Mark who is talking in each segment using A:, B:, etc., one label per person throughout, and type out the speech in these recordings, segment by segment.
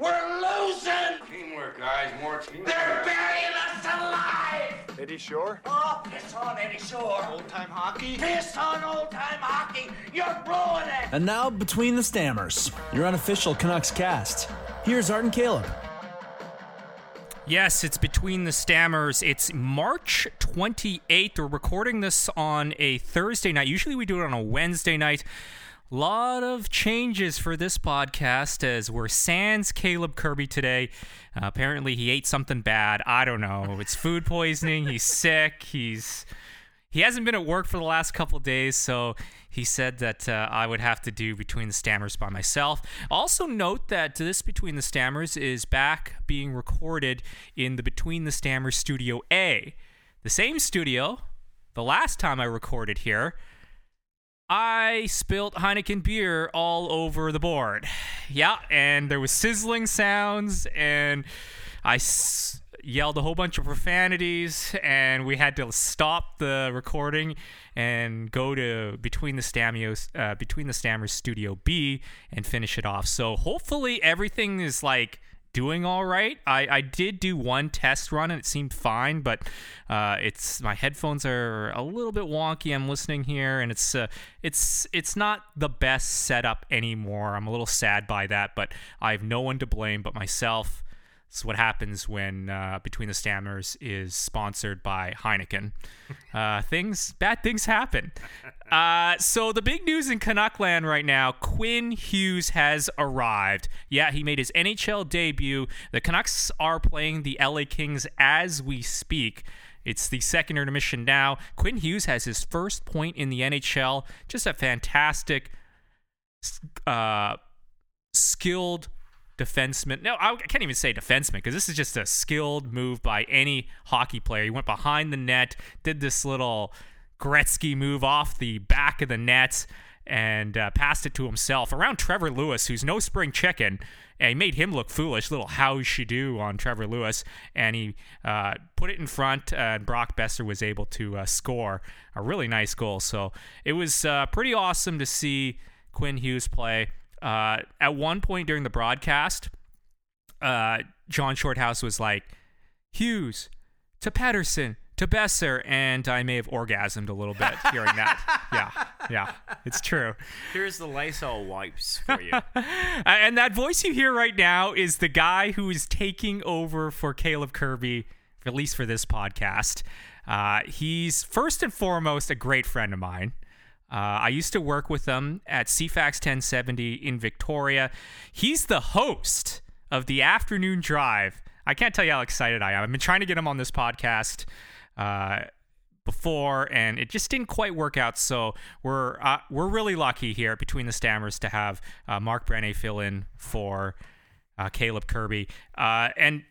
A: We're losing!
B: Teamwork, guys, more teamwork.
A: They're burying us alive!
C: Eddie Shore?
A: Oh, piss on Eddie Shore.
C: Old time hockey?
A: Piss on old time hockey. You're blowing it.
D: And now, Between the Stammers, your unofficial Canucks cast. Here's Art and Caleb.
E: Yes, it's Between the Stammers. It's March 28th. We're recording this on a Thursday night. Usually we do it on a Wednesday night. Lot of changes for this podcast as we're sans Caleb Kirby today. Uh, apparently he ate something bad. I don't know. It's food poisoning. He's sick. He's he hasn't been at work for the last couple of days, so he said that uh, I would have to do Between the Stammers by myself. Also, note that this Between the Stammers is back being recorded in the Between the Stammers Studio A, the same studio the last time I recorded here. I spilt Heineken beer all over the board. Yeah, and there was sizzling sounds, and I s- yelled a whole bunch of profanities, and we had to stop the recording and go to between the Stamios, uh, between the Stammers Studio B, and finish it off. So hopefully everything is like doing all right. I, I did do one test run and it seemed fine, but uh, it's my headphones are a little bit wonky. I'm listening here and it's uh, it's it's not the best setup anymore. I'm a little sad by that, but I have no one to blame but myself. It's what happens when uh, Between the Stammers is sponsored by Heineken. Uh, things bad things happen. Uh, so the big news in Canuckland right now: Quinn Hughes has arrived. Yeah, he made his NHL debut. The Canucks are playing the LA Kings as we speak. It's the second intermission now. Quinn Hughes has his first point in the NHL. Just a fantastic uh, skilled defenseman. No, I can't even say defenseman because this is just a skilled move by any hockey player. He went behind the net, did this little Gretzky move off the back of the net, and uh, passed it to himself around Trevor Lewis, who's no spring chicken. And he made him look foolish. Little how she do on Trevor Lewis, and he uh, put it in front. Uh, and Brock Besser was able to uh, score a really nice goal. So it was uh, pretty awesome to see Quinn Hughes play. Uh, at one point during the broadcast, uh, John Shorthouse was like, Hughes to Patterson to Besser. And I may have orgasmed a little bit hearing that. Yeah, yeah, it's true.
F: Here's the Lysol wipes for you.
E: Uh, And that voice you hear right now is the guy who is taking over for Caleb Kirby, at least for this podcast. Uh, he's first and foremost a great friend of mine. Uh, I used to work with him at CFAX 1070 in Victoria. He's the host of the afternoon drive. I can't tell you how excited I am. I've been trying to get him on this podcast. Uh, before and it just didn't quite work out so we're uh, we're really lucky here between the stammers to have uh, mark brene fill in for uh, caleb kirby uh, and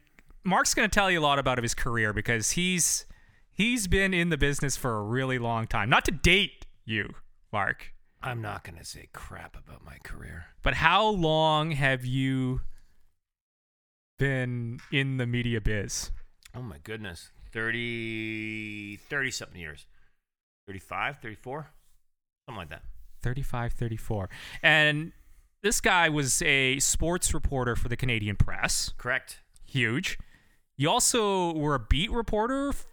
E: mark's going to tell you a lot about of his career because he's he's been in the business for a really long time not to date you mark
F: I'm not going to say crap about my career.
E: but how long have you been in the media biz
F: Oh my goodness. 30 30 something years. 35, 34? Something like that.
E: 35 34 and this guy was a sports reporter for the canadian press
F: Correct.
E: huge you also were a beat reporter f-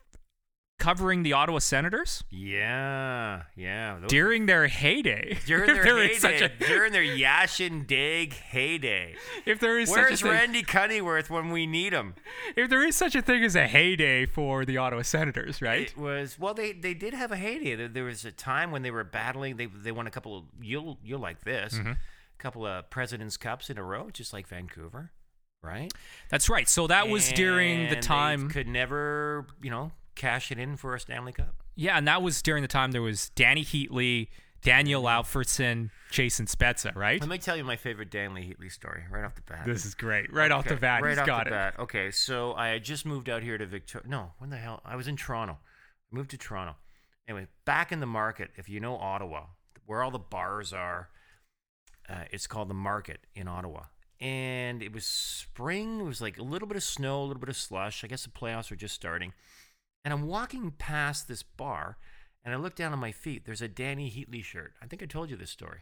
E: covering the ottawa senators
F: Yeah. Yeah. Those-
E: during their heyday
F: during
E: If
F: their
E: there
F: heyday,
E: is such a-
F: during their Yashin Dig heyday.
E: if there is
F: Where's
E: such a thing,
F: Randy Cunnyworth when we need him?
E: if there is such a thing as a heyday for the ottawa senators right
F: It was well. They they did have a heyday. There, there was a time when they were battling. They they won a couple of you'll you'll like this,
E: Mm-hmm.
F: a couple of Presidents Cups in a row, just like Vancouver, right?
E: that's right so that was during
F: And
E: the
F: they
E: time
F: could never you know cash it in for a Stanley Cup.
E: yeah and that was during the time there was danny heatley daniel alfredson jason spezza right
F: Let me tell you my favorite Danley Heatley story right off the bat.
E: this is great right off the
F: Okay,
E: bat
F: Right
E: he's
F: off
E: got
F: the
E: it
F: bat. Okay, so I had just moved out here to Victoria. No, when the hell? I was in Toronto. moved to Toronto. Anyway, back in the market, if you know Ottawa, where all the bars are, uh, it's called the market in Ottawa. And it was spring. It was like a little bit of snow, a little bit of slush. I guess the playoffs were just starting. And I'm walking past this bar, and I look down on my feet. There's a Danny Heatley shirt. I think I told you this story.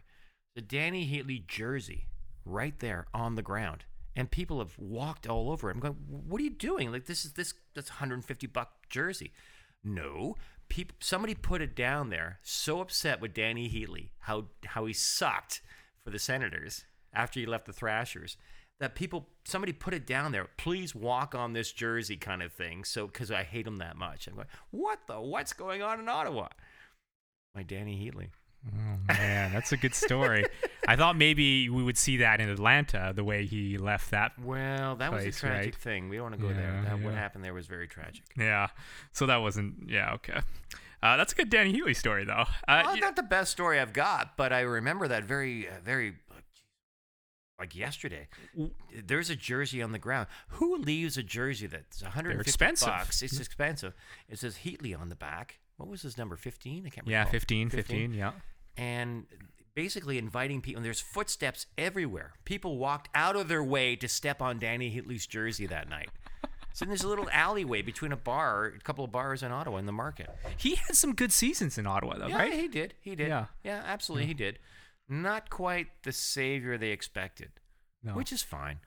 F: The Danny Heatley jersey right there on the ground. and people have walked all over it. I'm going, what are you doing? Like this is this that's 150 buck jersey. No, people, somebody put it down there. So upset with Danny Heatley, how how he sucked for the Senators after he left the Thrashers, that people somebody put it down there. Please walk on this jersey, kind of thing. So because I hate him that much, I'm going, what the what's going on in Ottawa? My Danny Heatley.
E: Oh, man, that's a good story. I thought maybe we would see that in Atlanta, the way he left that.
F: Well, that was
E: Place,
F: a tragic
E: right?
F: thing. We don't want to go there.
E: Yeah,
F: That, What
E: yeah.
F: happened there was very tragic.
E: Yeah, so that wasn't. Yeah, okay. Uh, that's a good Danny Healy story, though. Uh,
F: well,
E: y-
F: not the best story I've got, but I remember that very, uh, very, like, like yesterday. There's a jersey on the ground. Who leaves a jersey that's 150
E: expensive. Mm-hmm.
F: bucks? It's expensive. It says Heatley on the back. What was his number? 15? I can't remember.
E: yeah, 15, 15, yeah.
F: And basically inviting people. And there's footsteps everywhere. People walked out of their way to step on Danny Heatley's jersey that night. So there's a little alleyway between a bar, a couple of bars in Ottawa in the market.
E: He had some good seasons in Ottawa, though,
F: Yeah,
E: right?
F: he did. He did.
E: Yeah.
F: Yeah, absolutely, he did. Not quite the savior they expected,
E: No. Uh,
F: which is fine.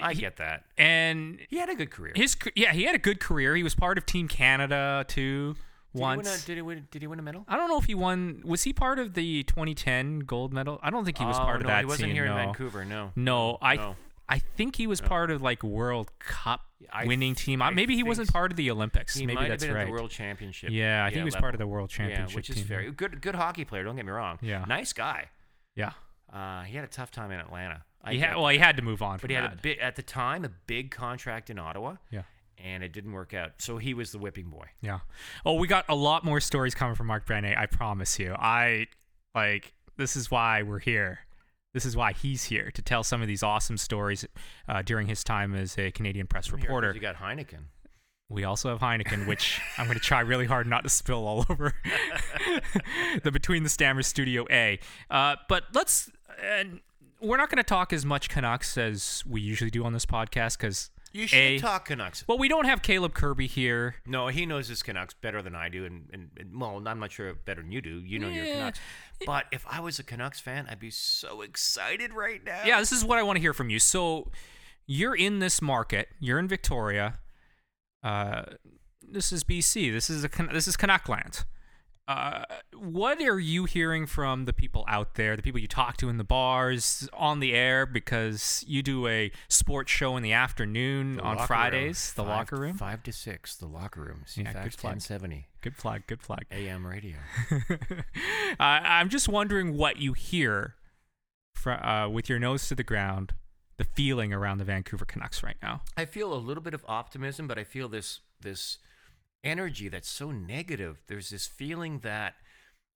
F: I
E: he-
F: get that.
E: and
F: He had a good career.
E: his ca- yeah, he had a good career. He was part of Team Canada too
F: did
E: once.
F: He win a, did, he win, did he win a medal?
E: I don't know if he won. Was he part of the 2010 gold medal? I don't think he was
F: Oh,
E: part of
F: no,
E: that
F: He wasn't
E: team,
F: here
E: no.
F: in Vancouver. No.
E: No, I
F: No.
E: I think he was part of like World Cup
F: Oh. I
E: winning
F: th-
E: team. Uh,
F: I
E: Maybe he
F: think
E: wasn't
F: so.
E: part of the Olympics.
F: He
E: Maybe
F: might
E: that's
F: have been
E: right.
F: at the world championship.
E: Yeah, I think he was part of the world
F: Yeah,
E: championship
F: which is
E: team,
F: very
E: yeah.
F: good. Good hockey player. Don't get me wrong.
E: Yeah.
F: Nice guy.
E: yeah.
F: Uh, he had a tough time in Atlanta. I
E: He
F: get
E: had, oh,
F: that.
E: well, he had to move on from
F: but he had a
E: that.
F: bit at the time a big contract in Ottawa,
E: yeah.
F: and it didn't work out. So he was the whipping boy.
E: Yeah. Oh, we got a lot more stories coming from Mark Brené. I promise you. I like this is why we're here. This is why he's here to tell some of these awesome stories uh, during his time as a Canadian press
F: Here, 'cause
E: reporter.
F: You got Heineken.
E: We also have Heineken, which I'm going to try really hard not to spill all over the Between the Stammers Studio A. Uh, but let's, and we're not going to talk as much Canucks as we usually do on this podcast because
F: You should talk Canucks.
E: Well, we don't have Caleb Kirby here.
F: No, he knows his Canucks better than I do, and, and, and well, I'm not sure better than you do. You know your
E: Yeah.
F: Canucks, but if I was a Canucks fan, I'd be so excited right now.
E: Yeah, this is what I want to hear from you. So you're in this market. You're in Victoria. Uh, this is BC. This is a Can- this is Canuck land. Uh, what are you hearing from the people out there, the people you talk to in the bars, on the air? Because you do a sports show in the afternoon
F: The
E: on
F: locker room.
E: Fridays, the
F: Five-
E: locker room.
F: five to six, the locker room,
E: Yeah,
F: CFAX
E: good plug.
F: 1070
E: Good flag, good flag.
F: AM radio.
E: uh, I'm just wondering what you hear fr- uh, with your nose to the ground, the feeling around the Vancouver Canucks right now.
F: I feel a little bit of optimism, but I feel this this energy that's so negative. There's this feeling that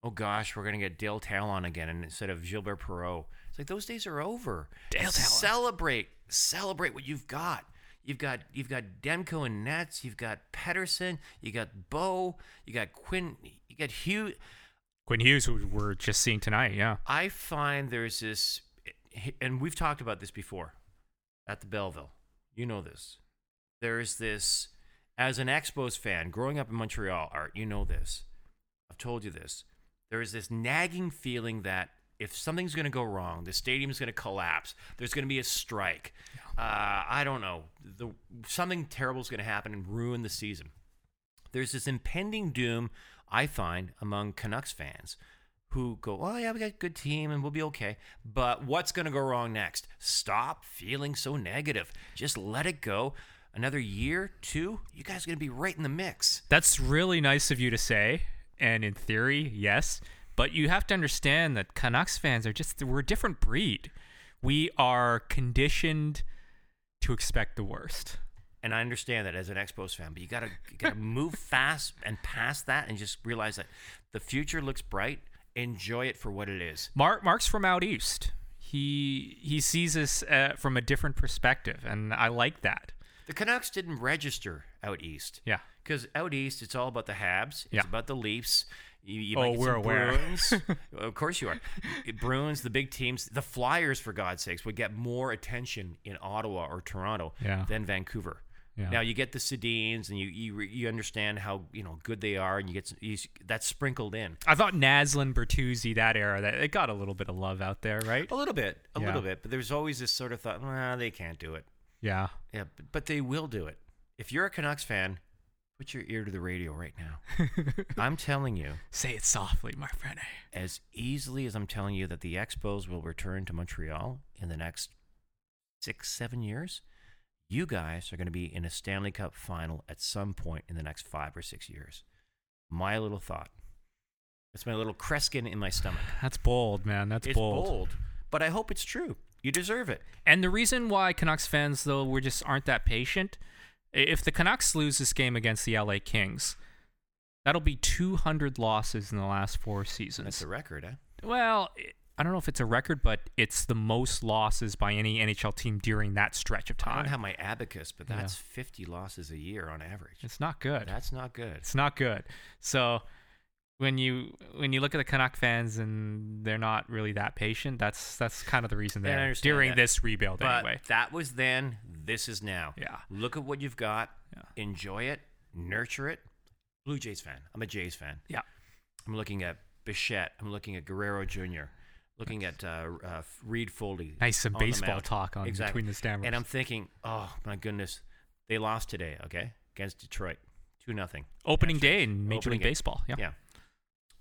F: oh gosh, we're gonna get Dale Talon again and instead of Gilbert Perot. It's like those days are over.
E: Dale Talon.
F: Celebrate, celebrate what you've got. You've got you've got Demko and Nets. You've got Pedersen. You got Bo. You got Quinn. You got Hugh.
E: Quinn Hughes, who we're just seeing tonight, yeah.
F: I find there's this, and we've talked about this before at the Belleville. You know this. There's this, as an Expos fan growing up in Montreal, Art, you know this. I've told you this. There is this nagging feeling that if something's going to go wrong, the stadium's going to collapse. There's going to be a strike. Uh, I don't know. The, something terrible's going to happen and ruin the season. There's this impending doom I find among Canucks fans who go, "Oh yeah, we got a good team and we'll be okay." But what's going to go wrong next? Stop feeling so negative. Just let it go. Another year, two, you guys are going to be right in the mix.
E: That's really nice of you to say, and in theory, yes. But you have to understand that Canucks fans are just, we're a different breed. We are conditioned to expect the worst.
F: And I understand that as an Expos fan, but you gotta you gotta move fast and past that, and just realize that the future looks bright. Enjoy it for what it is.
E: Mark Mark's from out east. He he sees this uh, from a different perspective, and I like that.
F: The Canucks didn't register out east.
E: Yeah.
F: Because out east, it's all about the Habs. It's
E: Yeah.
F: about the Leafs. You, you
E: Oh,
F: might get
E: we're
F: some
E: aware.
F: Bruins. of course you are. Bruins, the big teams, the Flyers, for God's sakes, would get more attention in Ottawa or Toronto
E: Yeah.
F: than Vancouver.
E: Yeah.
F: Now you get the Sedines, and you you re- you understand how you know good they are, and you get s- you, s- that's sprinkled in
E: I thought Naslin Bertuzzi that era that it got a little bit of love out there, right?
F: a little bit, a
E: Yeah.
F: little bit. But there's always this sort of thought, well, they can't do it.
E: Yeah.
F: Yeah, but, but they will do it. If you're a Canucks fan, put your ear to the radio right now. I'm telling you,
E: Say it softly, my friend.
F: as easily as I'm telling you that the Expos will return to Montreal in the next six, seven years, you guys are going to be in a Stanley Cup final at some point in the next five or six years. My little thought. It's my little Kreskin in my stomach.
E: That's bold, man. That's
F: it's bold. but I hope it's true. You deserve it.
E: And the reason why Canucks fans though we just aren't that patient, i- if the Canucks lose this game against the LA Kings, that'll be 200 losses in the last four
F: That's
E: seasons.
F: a record, eh?
E: Well, i- I don't know if it's a record, but it's the most losses by any NHL team during that stretch of
F: I
E: time.
F: don't have my abacus, but
E: Yeah.
F: that's 50 losses a year on average.
E: it's not good.
F: That's not good.
E: It's not good. So when you when you look at the Canuck fans and they're not really that patient, that's that's kind of the reason
F: Yeah, I
E: they're
F: understand
E: during
F: that.
E: this rebuild
F: But
E: anyway.
F: that was then. This is now.
E: Yeah.
F: Look at what you've got.
E: Yeah.
F: Enjoy it. Nurture it. Blue Jays fan. I'm a Jays fan.
E: Yeah.
F: I'm looking at Bichette. I'm looking at Guerrero Jr. Looking at uh, uh, Reed Foley.
E: Nice, some
F: on the
E: baseball
F: mound.
E: talk on
F: exactly.
E: between the stammers.
F: And I'm thinking, oh my goodness, they lost today. Okay, against Detroit, two nothing.
E: Opening day in Major
F: Opening
E: League
F: game.
E: Baseball. Yeah.
F: Yeah.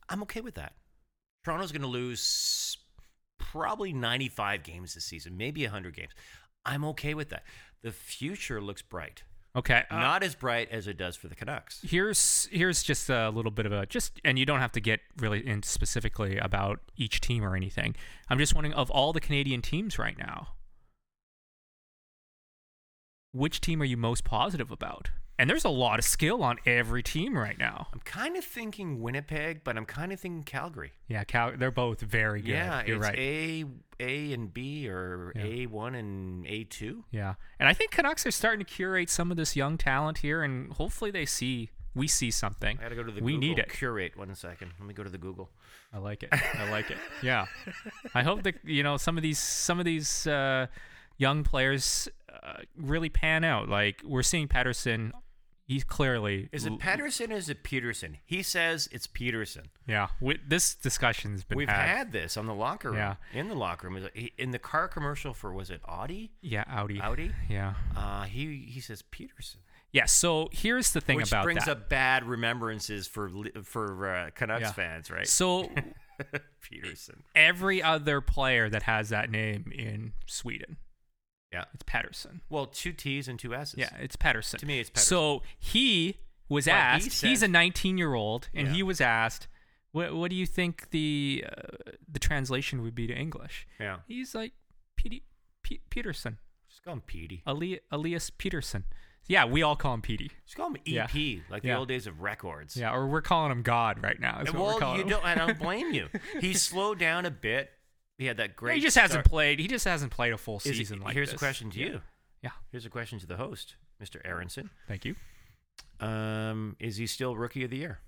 F: I'm okay with that. Toronto's going to lose probably 95 games this season, maybe 100 games. I'm okay with that. The future looks bright.
E: Okay. uh,
F: Not as bright as it does for the Canucks.
E: here's here's just a little bit of a just and you don't have to get really in specifically about each team or anything. I'm just wondering of all the Canadian teams right now, which team are you most positive about? And there's a lot of skill on every team right now.
F: I'm kind of thinking Winnipeg, but I'm kind of thinking Calgary.
E: Yeah, Cal- they're both very good.
F: Yeah,
E: you're
F: it's
E: right.
F: A A and B or
E: Yeah.
F: A1 and A2.
E: yeah, and I think Canucks are starting to curate some of this young talent here, and hopefully they see we see something.
F: I got to go to the
E: we
F: Google
E: need it.
F: curate one second. Let me go to the Google.
E: I like it. I like it. Yeah. I hope that you know some of these some of these uh, young players uh, really pan out. Like we're seeing Patterson. He's clearly
F: Is it Patterson or is it Peterson? He says it's Peterson.
E: yeah. We, this discussion's been
F: We've
E: had.
F: had. this on the locker room.
E: Yeah.
F: In the locker room, He- in the car commercial for was it Audi?
E: yeah Audi
F: Audi?
E: yeah
F: Uh, he he says Peterson,
E: yeah. So here's the thing
F: which
E: about
F: brings
E: that.
F: up bad remembrances for li- for uh, Canucks
E: Yeah.
F: fans, right?
E: So
F: Peterson.
E: every other player that has that name in Sweden,
F: Yeah.
E: it's Patterson.
F: Well, two T's and two S's.
E: Yeah, it's Patterson.
F: To me, it's
E: So he was
F: But he
E: asked. he's
F: says-
E: a 19 year old, and
F: Yeah.
E: he was asked, "What what do you think the uh, the translation would be to English?"
F: Yeah.
E: He's like, Pete, Pete Peterson,
F: Just call him Petey.
E: Ali- Elias Peterson. Yeah, we all call him Petey.
F: Just call him EP,
E: Yeah.
F: like
E: Yeah.
F: the old days of records.
E: Yeah, or we're calling him God right now. Is
F: And
E: what we're
F: well,
E: calling
F: you
E: him.
F: don't. I don't blame you. He slowed down a bit. He had that great.
E: he just
F: start.
E: hasn't played. He just hasn't played a full
F: Is-
E: season like
F: here's
E: this.
F: a question to
E: Yeah.
F: you.
E: Yeah,
F: Here's a question to the host, Mr. Aronson.
E: thank you.
F: Um, is he still rookie of the year?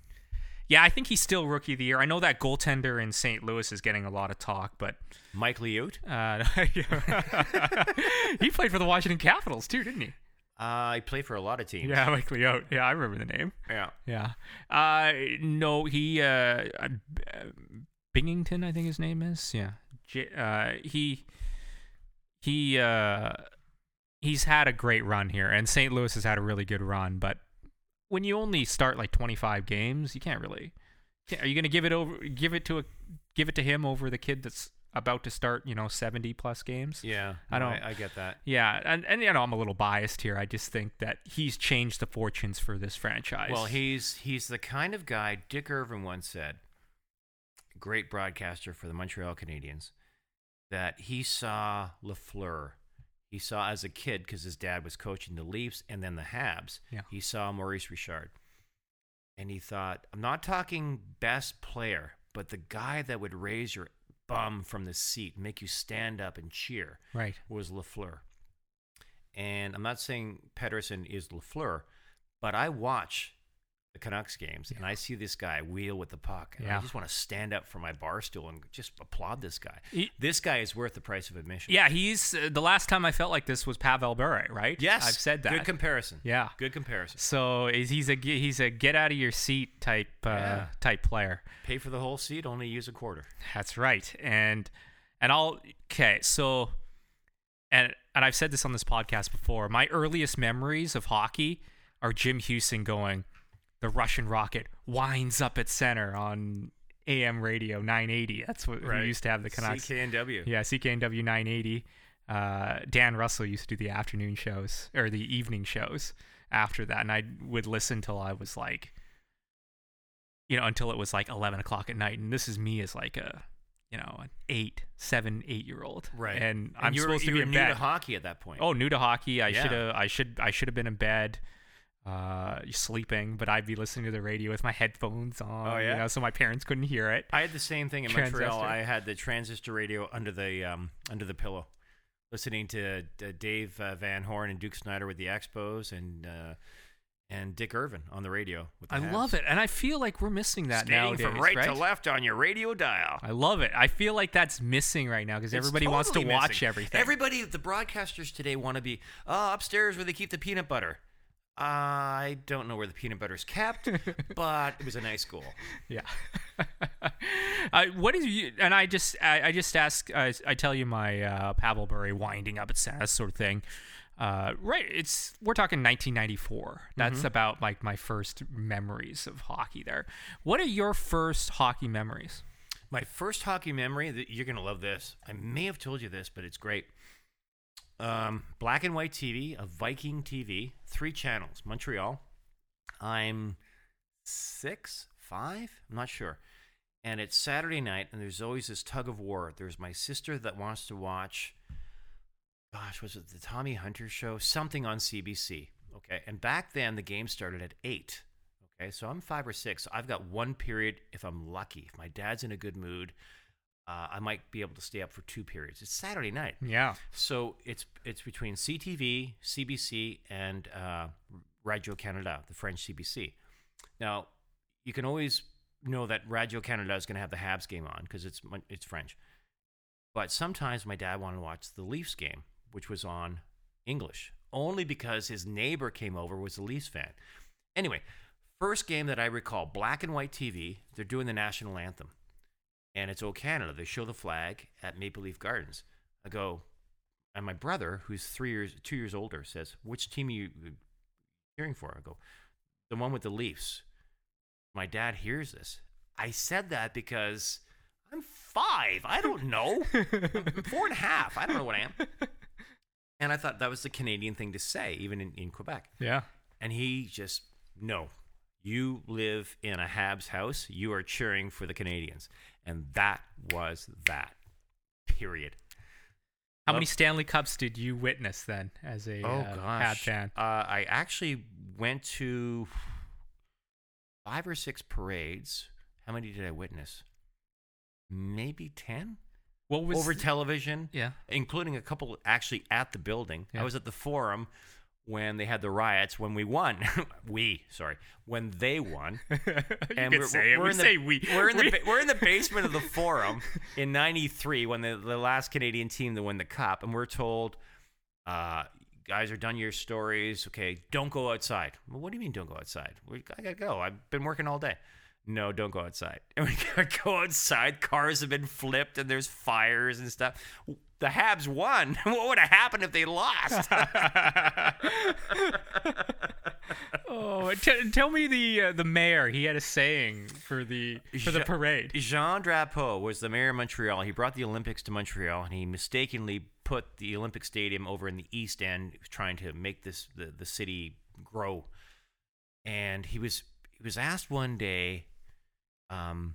E: Yeah, I think he's still rookie of the year. I know that goaltender in St. Louis is getting a lot of talk, but
F: Mike Liute?
E: Uh, he played for the Washington Capitals too, didn't he?
F: Uh, he played for a lot of teams.
E: Yeah, Mike Leote. Yeah, I remember the name.
F: Yeah.
E: Yeah. Uh, no, he uh, uh, Bingington, I think his name is. Yeah. J- uh, he he uh, he's had a great run here, and St. Louis has had a really good run. But when you only start like 25 games, you can't really. Are you going to give it over? Give it to a give it to him over the kid that's about to start? You know, 70 plus games.
F: Yeah.
E: I
F: no,
E: don't-
F: I, I get that.
E: Yeah, and, and you know I'm a little biased here. I just think that he's changed the fortunes for this franchise.
F: Well, he's he's the kind of guy Dick Irvin once said, great broadcaster for the Montreal Canadiens, that he saw Lafleur. He saw as a kid because his dad was coaching the Leafs and then the Habs.
E: Yeah.
F: He saw Maurice Richard, and he thought, I'm not talking best player, but the guy that would raise your bum from the seat, make you stand up and cheer.
E: right.
F: was Lafleur. And I'm not saying Pedersen is Lafleur, but I watch the Canucks games, and I see this guy wheel with the puck, and
E: Yeah.
F: I just want to stand up from my bar stool and just applaud this guy.
E: He-
F: this guy is worth the price of admission.
E: Yeah, he's uh, the last time I felt like this was Pavel Bure, right?
F: Yes.
E: I've said that.
F: Good comparison.
E: Yeah.
F: Good comparison.
E: so is- he's a ge- he's a get out of your seat type uh,
F: Yeah.
E: type player.
F: Pay for the whole seat, only use a quarter.
E: That's right. And and I'll okay, so and and I've said this on this podcast before. My earliest memories of hockey are Jim Houston going, the Russian rocket winds up at center on AM radio 980. That's what we used to have the Canucks.
F: CKNW.
E: Yeah, CKNW 980. Uh, Dan Russell used to do the afternoon shows or the evening shows after that, and I would listen till I was like, you know, until it was like eleven o'clock at night. And this is me as like a, you know, an eight, seven, eight year old,
F: Right.
E: And, I'm
F: you were-
E: supposed to
F: you
E: be
F: were
E: in
F: new
E: bed.
F: to hockey at that point.
E: Oh, new to hockey. I
F: Yeah.
E: should have. I should. I should have been in bed, uh, sleeping. But I'd be listening to the radio with my headphones on.
F: Oh, yeah?
E: You know, so my parents couldn't hear it.
F: I had the same thing in Montreal.
E: Transistor.
F: I had the transistor radio under the um, under the pillow, listening to uh, Dave uh, Van Horn and Duke Snyder with the Expos and uh, and Dick Irvin on the radio. With the
E: I
F: Habs.
E: love it, and I feel like we're missing that
F: Stating
E: nowadays,
F: from right, to left on your radio dial.
E: I love it. I feel like that's missing right now because
F: It's
E: everybody wants to
F: totally
E: watch
F: missing.
E: everything.
F: Everybody, the broadcasters today want to be uh, upstairs where they keep the peanut butter. I don't know where the peanut butter's kept, but it was a nice goal.
E: yeah. uh, what is you? And I just, I, I just ask. I, I tell you my uh, Pavel Bure winding up at Santa sort of thing. Uh, right. It's we're talking 1994. That's
F: Mm-hmm.
E: about like my first memories of hockey. There. What are your first hockey memories?
F: My first hockey memory, th- you're going to love this. I may have told you this, but it's great. Um, black and white TV, a Viking TV, three channels, Montreal. I'm six, five, I'm not sure. And it's Saturday night, and there's always this tug of war. There's my sister that wants to watch, gosh, was it the Tommy Hunter show? Something on CBC. Okay. And back then, the game started at eight. Okay, so I'm five or six. I've got one period if I'm lucky. If my dad's in a good mood, uh, I might be able to stay up for two periods. It's Saturday night,
E: Yeah.
F: so it's it's between CTV, CBC, and uh, Radio Canada, the French CBC. Now, you can always know that Radio Canada is going to have the Habs game on because it's mon- it's French. But sometimes my dad wanted to watch the Leafs game, which was on English, only because his neighbor came over was a Leafs fan. Anyway, first game that I recall, black and white TV. They're doing the national anthem, and it's O Canada. They show the flag at Maple Leaf Gardens. I go, and my brother, who's three years, two years older, says, "Which team are you uh, cheering for?" I go, "The one with the Leafs." My dad hears this. I said that because I'm five. I don't know. I'm four and a half. I don't know what I am. And I thought that was the Canadian thing to say, even in, in Quebec.
E: Yeah.
F: And he just, no, you live in a Habs house. You are cheering for the Canadians. And that was that. Period.
E: How
F: Love-
E: many Stanley Cups did you witness then as a
F: Oh
E: uh, Hab
F: gosh!
E: fan?
F: Uh, I actually went to five or six parades. How many did I witness? Maybe ten
E: What was
F: over television.
E: Yeah.
F: including a couple actually at the building.
E: Yeah.
F: I was at the forum when they had the riots when we won. we sorry when they won.
E: and we say it. we
F: in the,
E: say we.
F: We're in,
E: We-
F: the, ba- we're in the basement of the forum in 93 when the, the last Canadian team to win the cup. And we're told, uh, guys are done your stories. Okay, don't go outside. Well, what do you mean don't go outside? We, I got to go. I've been working all day. No, don't go outside. And we got to go outside. Cars have been flipped and there's fires and stuff. The Habs won. What would have happened if they lost?
E: Oh, t- tell me the uh, the mayor. He had a saying for the for the
F: Jean-
E: parade.
F: Jean Drapeau was the mayor of Montreal. He brought the Olympics to Montreal, and he mistakenly put the Olympic Stadium over in the East End, trying to make this the, the city grow. And he was he was asked one day, um,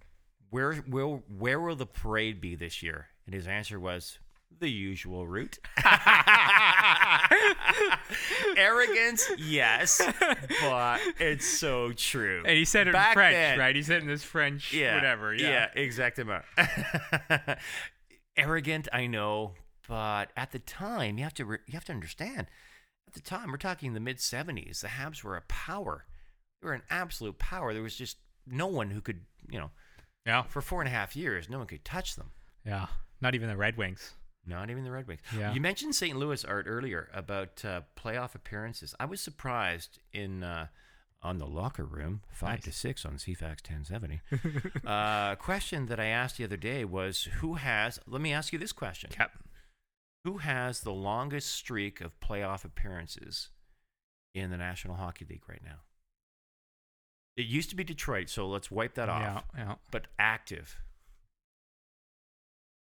F: where will where will the parade be this year? And his answer was the usual route. Arrogance, yes, but it's so true.
E: And he said it
F: Back
E: in French,
F: then-
E: right? He said it in this French, whatever. Yeah.
F: yeah, exactly. Arrogant, I know, but at the time, you have to re- you have to understand. At the time, we're talking the mid '70s. The Habs were a power. They were an absolute power. There was just no one who could, you know,
E: Yeah.
F: for four and a half years, no one could touch them.
E: Yeah. Not even the Red Wings.
F: Not even the Red Wings.
E: Yeah.
F: You mentioned St. Louis art earlier about uh, playoff appearances. I was surprised in uh, on the locker room five to
E: Nice.
F: six on CFAX ten seventy. uh, question that I asked the other day was who has. Let me ask you this question:
E: Yep.
F: Who has the longest streak of playoff appearances in the National Hockey League right now? It used to be Detroit, so let's wipe that off.
E: Yeah. Yeah.
F: But active.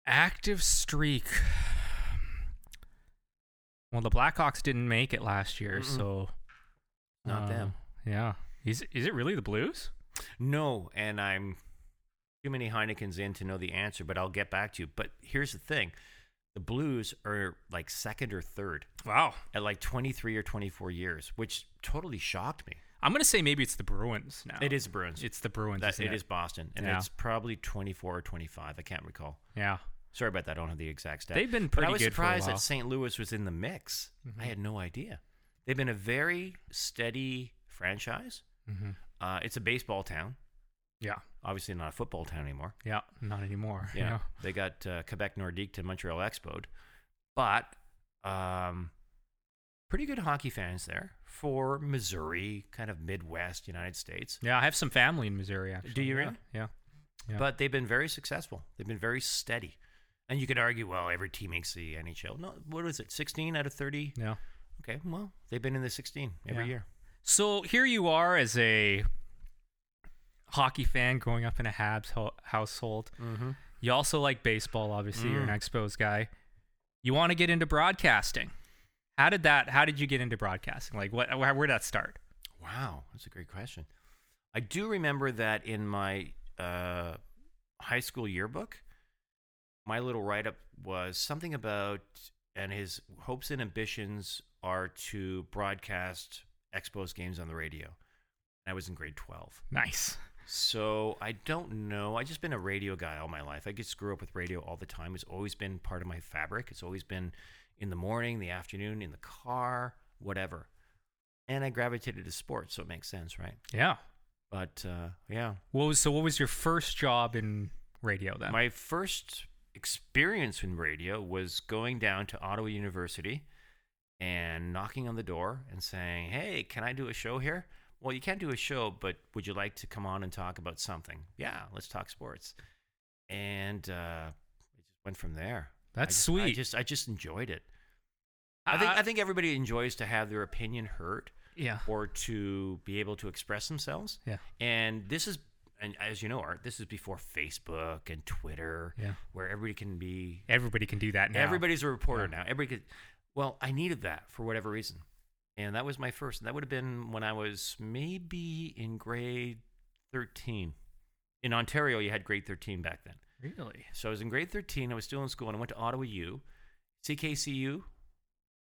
E: Active streak. Well, the Blackhawks didn't make it last year,
F: Mm-mm.
E: so uh,
F: Not them.
E: Yeah. Is is it really the Blues?
F: No, and I'm too many Heinekens in to know the answer, but I'll get back to you. But here's the thing the Blues are like second or third
E: Wow.
F: at like 23 or 24 years, which totally shocked me.
E: I'm gonna say maybe it's the Bruins now.
F: It is Bruins.
E: It's the Bruins.
F: that,
E: isn't
F: it is Boston, and
E: Yeah.
F: it's probably 24 or 25. I can't recall.
E: Yeah.
F: Sorry about that. I don't have the exact stat.
E: They've been
F: But I
E: pretty
F: was
E: good for a
F: surprised
E: while. Mm-hmm.
F: that St. Louis was in the mix. I had no idea. They've been a very steady franchise.
E: Mm-hmm.
F: Uh, it's a baseball town,
E: Yeah.
F: obviously not a football town anymore.
E: Yeah. Not anymore.
F: Yeah. They got uh, Quebec Nordique to Montreal Expo. But um, pretty good hockey fans there for Missouri, kind of Midwest United States.
E: Yeah. I have some family in Missouri actually.
F: you
E: yeah.
F: really?
E: Yeah. Yeah.
F: But they've been very successful. They've been very steady. And you could argue, well, every team makes the NHL. No, what is it? 16 out of 30?
E: Yeah.
F: Okay, well, they've been in the 16 every
E: Yeah.
F: year.
E: So here you are as a hockey fan growing up in a Habs ho- household.
F: Mm-hmm.
E: You also like baseball, obviously. You're an
F: Mm.
E: Expos guy. You want to get into broadcasting. How did that? How did you get into broadcasting? Like, what? Where would that start?
F: Wow, that's a great question. I do remember that in my uh, high school yearbook, my little write up was something about, and his hopes and ambitions are to broadcast Expos games on the radio. And I was in grade 12.
E: Nice.
F: So I don't know. I've just been a radio guy all my life. I just grew up with radio all the time. It's always been part of my fabric. It's always been in the morning, the afternoon, in the car, whatever. And I gravitated to sports, so it makes sense, right?
E: Yeah.
F: But uh, yeah,
E: What was so? What was your first job in radio then?
F: my first experience in radio was going down to Ottawa University and knocking on the door and saying, "Hey, can I do a show here?" Well, you can't do a show, but would you like to come on and talk about something? Yeah, let's talk sports. And uh, it just went from there. I
E: That's
F: just- I
E: sweet.
F: just I just enjoyed it. I think I think everybody enjoys to have their opinion heard
E: yeah.
F: or to be able to express themselves.
E: Yeah.
F: And this is, and as you know, Art, this is before Facebook and Twitter,
E: Yeah.
F: where everybody can be.
E: Everybody can do that now.
F: Everybody's a reporter
E: Yeah.
F: now. Everybody. Could, well, I needed that for whatever reason, and that was my first. And that would have been when I was maybe in grade thirteen. In Ontario, you had grade thirteen back then.
E: Really?
F: So I was in grade thirteen. I was still in school, and I went to Ottawa U, CKCU.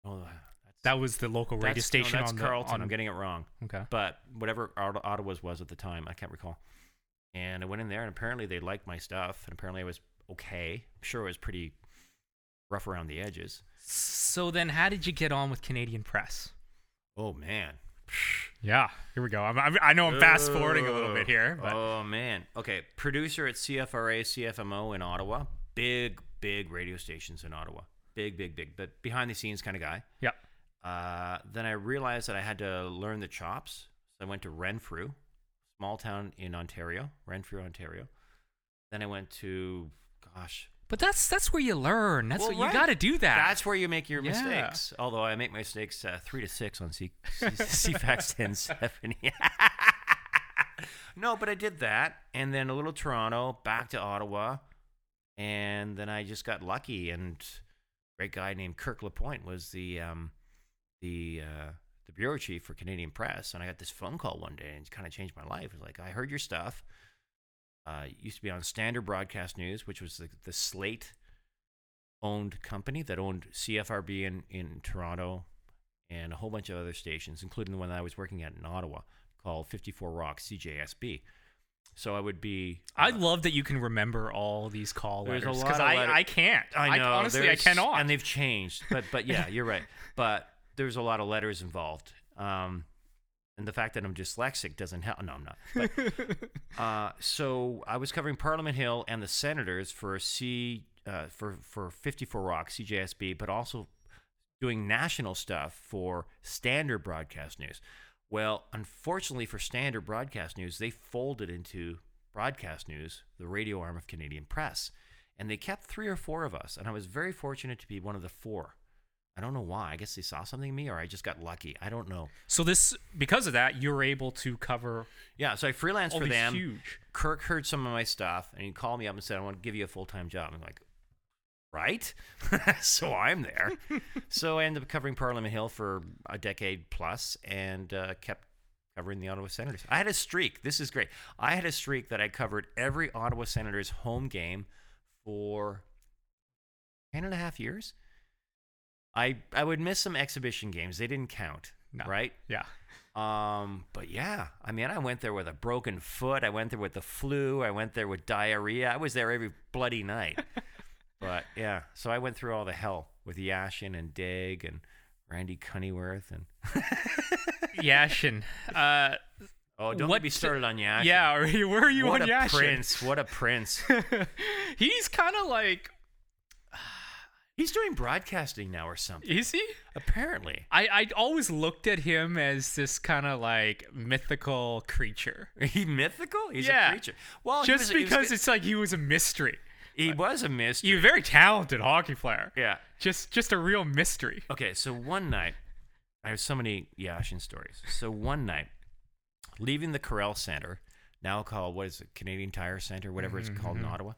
F: Oh, that's,
E: That was the local Oh, radio
F: that's- no,
E: station
F: that's
E: on the-
F: Carleton.
E: on-
F: I'm getting it wrong
E: okay.
F: but whatever Ot- Ottawa's was at the time, I can't recall. And I went in there, and apparently they liked my stuff, and apparently I was okay. I'm sure it was pretty rough around the edges.
E: So then, how did you get on with Canadian press?
F: Oh man,
E: Yeah. Here we go. I'm, I'm, I know I'm fast forwarding a little bit here, but
F: oh man, okay. Producer at CFRA CFMO in Ottawa, big big radio stations in Ottawa, big big big, but behind the scenes kind of guy.
E: yeah.
F: Uh, then I realized that I had to learn the chops. So I went to Renfrew, small town in Ontario, Renfrew, Ontario. Then I went to, gosh,
E: But that's that's where you learn. That's what you got to do that.
F: That's where you make your
E: Yeah.
F: mistakes. Although I make mistakes uh, three to six on C- C- CFAX 1070. no, but I did that, and then a little Toronto, back to Ottawa, and then I just got lucky. And a great guy named Kirk Lapointe was the um, the uh, the bureau chief for Canadian Press, and I got this phone call one day, and it kind of changed my life. It was like I heard your stuff. Uh, it used to be on Standard Broadcast News, which was the, the Slate owned company that owned CFRB in, in Toronto and a whole bunch of other stations, including the one that I was working at in Ottawa called 54 Rock CJSB. So I would be.
E: I
F: uh,
E: love that you can remember all these call
F: There's a
E: letters
F: lot
E: because
F: of
E: I,
F: letter-
E: I can't.
F: I know.
E: honestly, I
F: there's-
E: cannot.
F: And they've changed, but but yeah, you're right. But there's a lot of letters involved. Um, And the fact that I'm dyslexic doesn't help. No, I'm not. But, uh, so I was covering Parliament Hill and the Senators for C uh, for for 54 Rock CJSB, but also doing national stuff for Standard Broadcast News. Well, unfortunately for Standard Broadcast News, they folded into Broadcast News, the radio arm of Canadian Press, and they kept three or four of us. And I was very fortunate to be one of the four. I don't know why. I guess they saw something in me, or I just got lucky. I don't know.
E: So this because of that, you're able to cover
F: Yeah, so I freelanced
E: all
F: for
E: these
F: them.
E: huge.
F: Kirk heard some of my stuff and he called me up and said, I want to give you a full time job. I'm like, right? so I'm there. so I ended up covering Parliament Hill for a decade plus and uh, kept covering the Ottawa Senators. I had a streak. This is great. I had a streak that I covered every Ottawa Senators home game for 10 and a half years. I, I would miss some exhibition games. They didn't count,
E: No.
F: right?
E: Yeah.
F: Um, but yeah, I mean, I went there with a broken foot. I went there with the flu. I went there with diarrhea. I was there every bloody night. but yeah, so I went through all the hell with Yashin and Dig and Randy Cunningworth and
E: Yashin. Uh,
F: oh, don't
E: What
F: get me
E: t-
F: started on Yashin.
E: yeah, or where are you
F: what
E: on
F: a
E: Yashin?
F: prince! What a prince!
E: He's kind of like
F: He's doing broadcasting now or something.
E: is he?
F: Apparently,
E: I I always looked at him as this kind of like mythical creature.
F: Are he mythical? He's
E: Yeah.
F: a creature. Well, Oh, he
E: Just
F: was- he was
E: because
F: good-
E: it's like he was a mystery.
F: he was a mystery.
E: You're a very talented hockey player.
F: yeah.
E: Just just a real mystery.
F: Okay, so one night, I have so many Yashin stories. So one night, leaving the Corral Center, now called what is it, Canadian Tire Center, whatever it's called in Ottawa,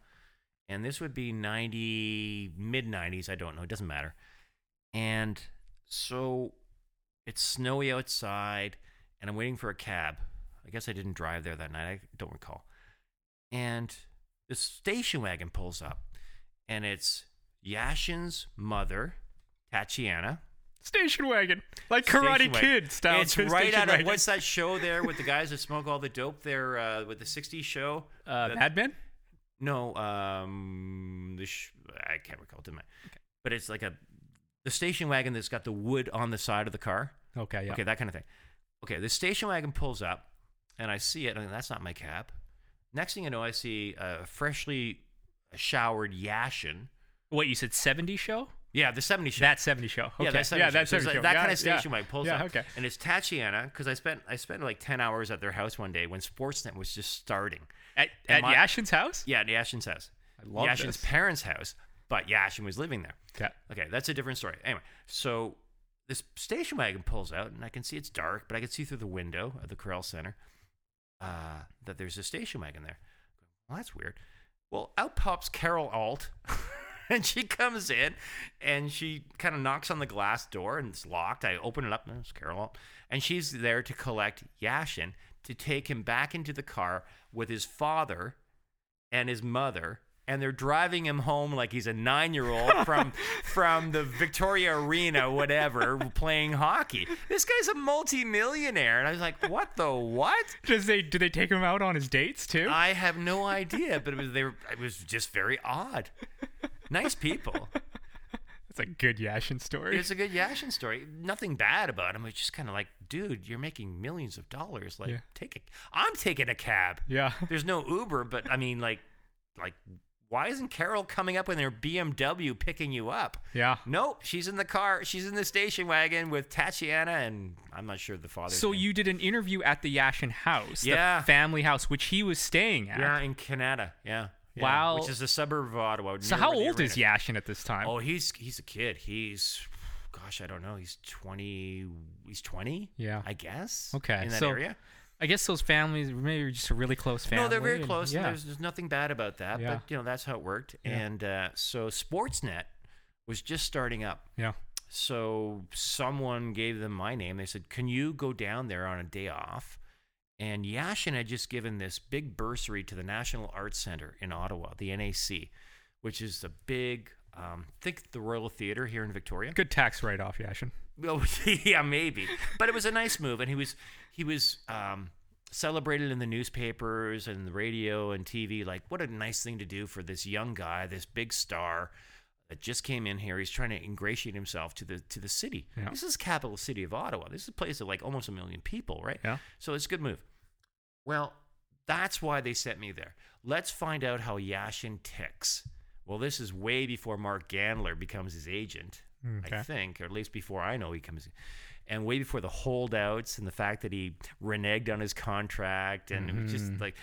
F: and this would be ninety mid nineties. I don't know. It doesn't matter. And so it's snowy outside, and I'm waiting for a cab. I guess I didn't drive there that night. I don't recall. And the station wagon pulls up, and it's Yashin's mother, Tatiana.
E: Station wagon. Like Karate
F: Station Wagon.
E: Kid style.
F: It's
E: to
F: right
E: Station
F: out of
E: wagon.
F: what's that show there with the guys that smoke all the dope there uh, with the '60s show?
E: uh,
F: That-
E: Mad Men?
F: No, um, the sh- I can't recall. Didn't I? But it's like a the station wagon that's got the wood on the side of the car.
E: Okay, yeah.
F: Okay, that kind of thing. Okay, the station wagon pulls up, and I see it, and that's not my cab. Next thing you know, I see a freshly showered Yashin.
E: What you said 70 show?
F: Yeah, the '70s show.
E: That 70 show. Okay.
F: Yeah, that's
E: yeah, that
F: so it's
E: 70
F: like
E: show.
F: That
E: Yeah,
F: kind of
E: yeah.
F: station wagon pulls
E: Yeah,
F: up.
E: okay.
F: And it's Tatiana because I spent I spent like ten hours at their house one day when Sportsnet was just starting.
E: At,
F: And
E: at
F: my-
E: Yashin's house?
F: Yeah, at Yashin's house. I
E: love
F: Yashin's
E: this.
F: parents' house, but Yashin was living there.
E: Yeah.
F: Okay, that's a different story. Anyway, so this station wagon pulls out, and I can see it's dark, but I can see through the window of the Corral Center uh, that there's a station wagon there. Well, that's weird. Well, out pops Carol Alt, and she comes in, and she kind of knocks on the glass door, and it's locked. I open it up, and it's Carol Alt, and she's there to collect Yashin to take him back into the car with his father and his mother and they're driving him home like he's a nine-year-old from from the Victoria Arena, whatever, playing hockey. This guy's a multimillionaire, and I was like, "What the what?"
E: Does they do they take him out on his dates too?
F: I have no idea, but it was they were, it was just very odd. Nice people.
E: It's a good Yashin story.
F: It's a good Yashin story. Nothing bad about him. It's just kind of like, dude, you're making millions of dollars. Like,
E: Yeah.
F: take a, I'm taking a cab.
E: yeah.
F: There's no Uber, but I mean, like, like, why isn't Carol coming up in her BMW picking you up?
E: Yeah.
F: Nope, she's in the car. She's in the station wagon with Tatiana, and I'm not sure the father.
E: So you did an interview at the Yashin house,
F: Yeah.
E: the family house which he was staying at.
F: yeah, in Canada, yeah, yeah,
E: Wow.
F: which is a suburb of Ottawa.
E: So
F: near
E: how
F: where the
E: old is
F: arena-
E: Yashin at this time?
F: Oh, he's he's a kid. He's, gosh, I don't know. He's twenty. He's twenty.
E: Yeah.
F: I guess.
E: Okay,
F: in that
E: so-
F: area.
E: I guess those families maybe just a really close family.
F: No, they're very
E: and-
F: close. and
E: Yeah.
F: there's, there's nothing bad about that.
E: Yeah.
F: But you know that's how it worked.
E: Yeah.
F: And uh, so Sportsnet was just starting up.
E: yeah.
F: So someone gave them my name. They said, "Can you go down there on a day off?" And Yashin had just given this big bursary to the National Arts Center in Ottawa, the NAC, which is the big, um, think the Royal Theatre here in Victoria.
E: Good tax write off, Yashin.
F: Oh, yeah, maybe. But it was a nice move, and he was he was um, celebrated in the newspapers and the radio and TV. Like, what a nice thing to do for this young guy, this big star. that just came in here. He's trying to ingratiate himself to the to the city.
E: Yeah.
F: This is capital city of Ottawa. This is a place of like almost a million people, right?
E: Yeah.
F: So it's a good move. Well, that's why they sent me there. Let's find out how Yashin ticks. Well, this is way before Mark Gandler becomes his agent,
E: Okay.
F: I think, or at least before I know he comes, and way before the holdouts and the fact that he reneged on his contract and it was
E: Mm-hmm.
F: just like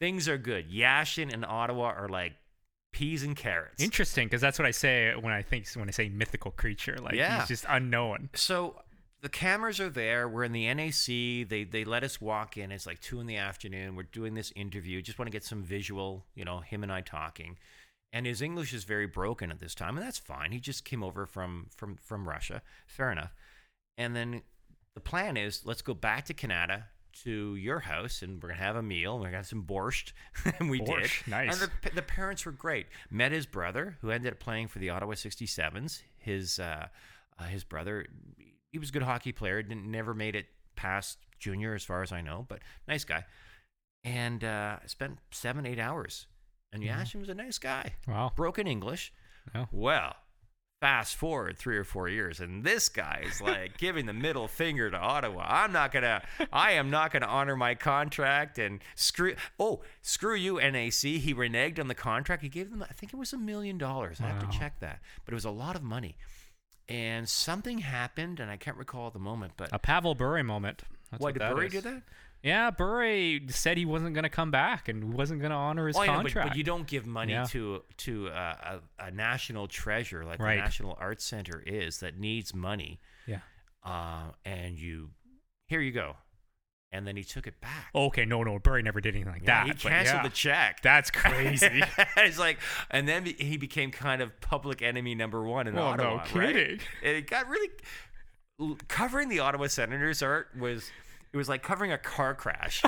F: things are good. Yashin and Ottawa are like peas and carrots.
E: Interesting, because that's what I say when I think when I say mythical creature. Like
F: Yeah.
E: he's just unknown.
F: So the cameras are there. We're in the NAC. They they let us walk in. It's like two in the afternoon. We're doing this interview. Just want to get some visual. You know, him and I talking. And his English is very broken at this time, and that's fine. He just came over from from from Russia. Fair enough. And then the plan is let's go back to Canada to your house and we're gonna have a meal. We're gonna have some borscht, and we
E: Borscht,
F: did.
E: nice.
F: And the, the parents were great. Met his brother, who ended up playing for the Ottawa 67s. His uh, uh, his brother, he was a good hockey player. Didn't never made it past junior, as far as I know, but nice guy. And uh, spent seven eight hours. And
E: Mm-hmm.
F: Yashin was a nice guy.
E: Wow.
F: Broken English.
E: Oh.
F: Well, fast forward three or four years, and this guy is like giving the middle finger to Ottawa. I'm not gonna, I am not gonna honor my contract and screw. Oh, screw you, NAC. He reneged on the contract. He gave them, I think it was a million dollars. I have
E: Wow.
F: to check that, but it was a lot of money. And something happened, and I can't recall at the moment, but.
E: A Pavel Bure moment. That's
F: why
E: what
F: did
E: that
F: Burry
E: is.
F: do that?
E: Yeah, Bure said he wasn't going to come back and wasn't going to honor his
F: Oh, I know, but-
E: contract.
F: but, you don't give money
E: Yeah.
F: to to uh, a, a national treasure like
E: Right.
F: the National Arts Center is that needs money.
E: Yeah.
F: uh, and you, here you go. And then he took it back.
E: Okay, no, no, Bure never did anything like
F: Yeah,
E: that.
F: he
E: but
F: canceled
E: yeah.
F: the check.
E: That's crazy.
F: it's like, and then he became kind of public enemy number one in
E: Well, Oh, no
F: Ottawa.
E: kidding.
F: Right? And it got really covering the Ottawa Senators art was it was like covering a car crash.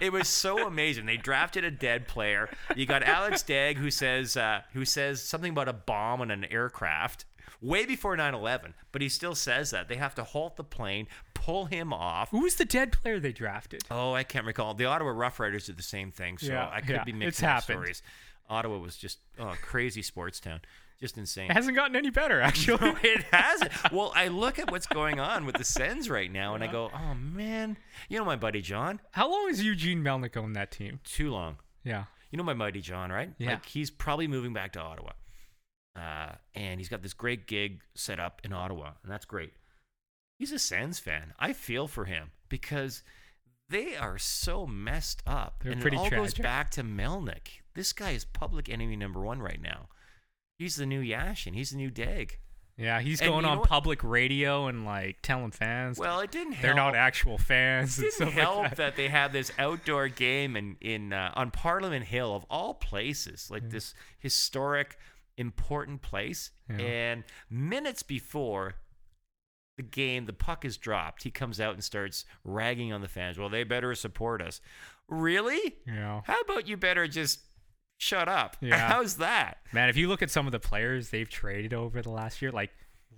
F: it was so amazing. They drafted a dead player. You got Alex Degg who says uh, who says something about a bomb on an aircraft way before 9/11, but he still says that they have to halt the plane, pull him off.
E: Who was the dead player they drafted?
F: Oh, I can't recall. The Ottawa Rough Riders did the same thing, so
E: Yeah,
F: I could
E: yeah,
F: be
E: it's
F: mixing up
E: happened.
F: stories. Ottawa was just oh, crazy sports town, just insane.
E: It hasn't gotten any better, actually.
F: No, it hasn't. Well, I look at what's going on with the Sens right now, and I go, oh man, you know my buddy John,
E: How long is Eugene Melnick on that team?
F: too long.
E: Yeah.
F: You know my buddy John, right?
E: Yeah.
F: Like he's probably moving back to Ottawa, uh, and he's got this great gig set up in Ottawa, and that's great. He's a Sens fan. I feel for him because they are so messed up,
E: They're
F: and
E: pretty
F: it all goes
E: tragic.
F: back to Melnick. This guy is public enemy number one right now. He's the new Yashin. He's the new Dag.
E: Yeah, he's
F: And
E: going
F: you
E: on
F: know what-
E: public radio and like telling fans
F: Well, it didn't help.
E: they're not actual fans and
F: It didn't
E: stuff
F: help
E: like
F: that.
E: that.
F: they had this outdoor game in in uh, on Parliament Hill of all places, like this historic, important place.
E: Yeah.
F: And minutes before the game, the puck is dropped. He comes out and starts ragging on the fans. Well, they better support us. Really?
E: Yeah.
F: How about you better just shut up?
E: Yeah.
F: How's that?
E: Man, if you look at some of the players they've traded over the last year, like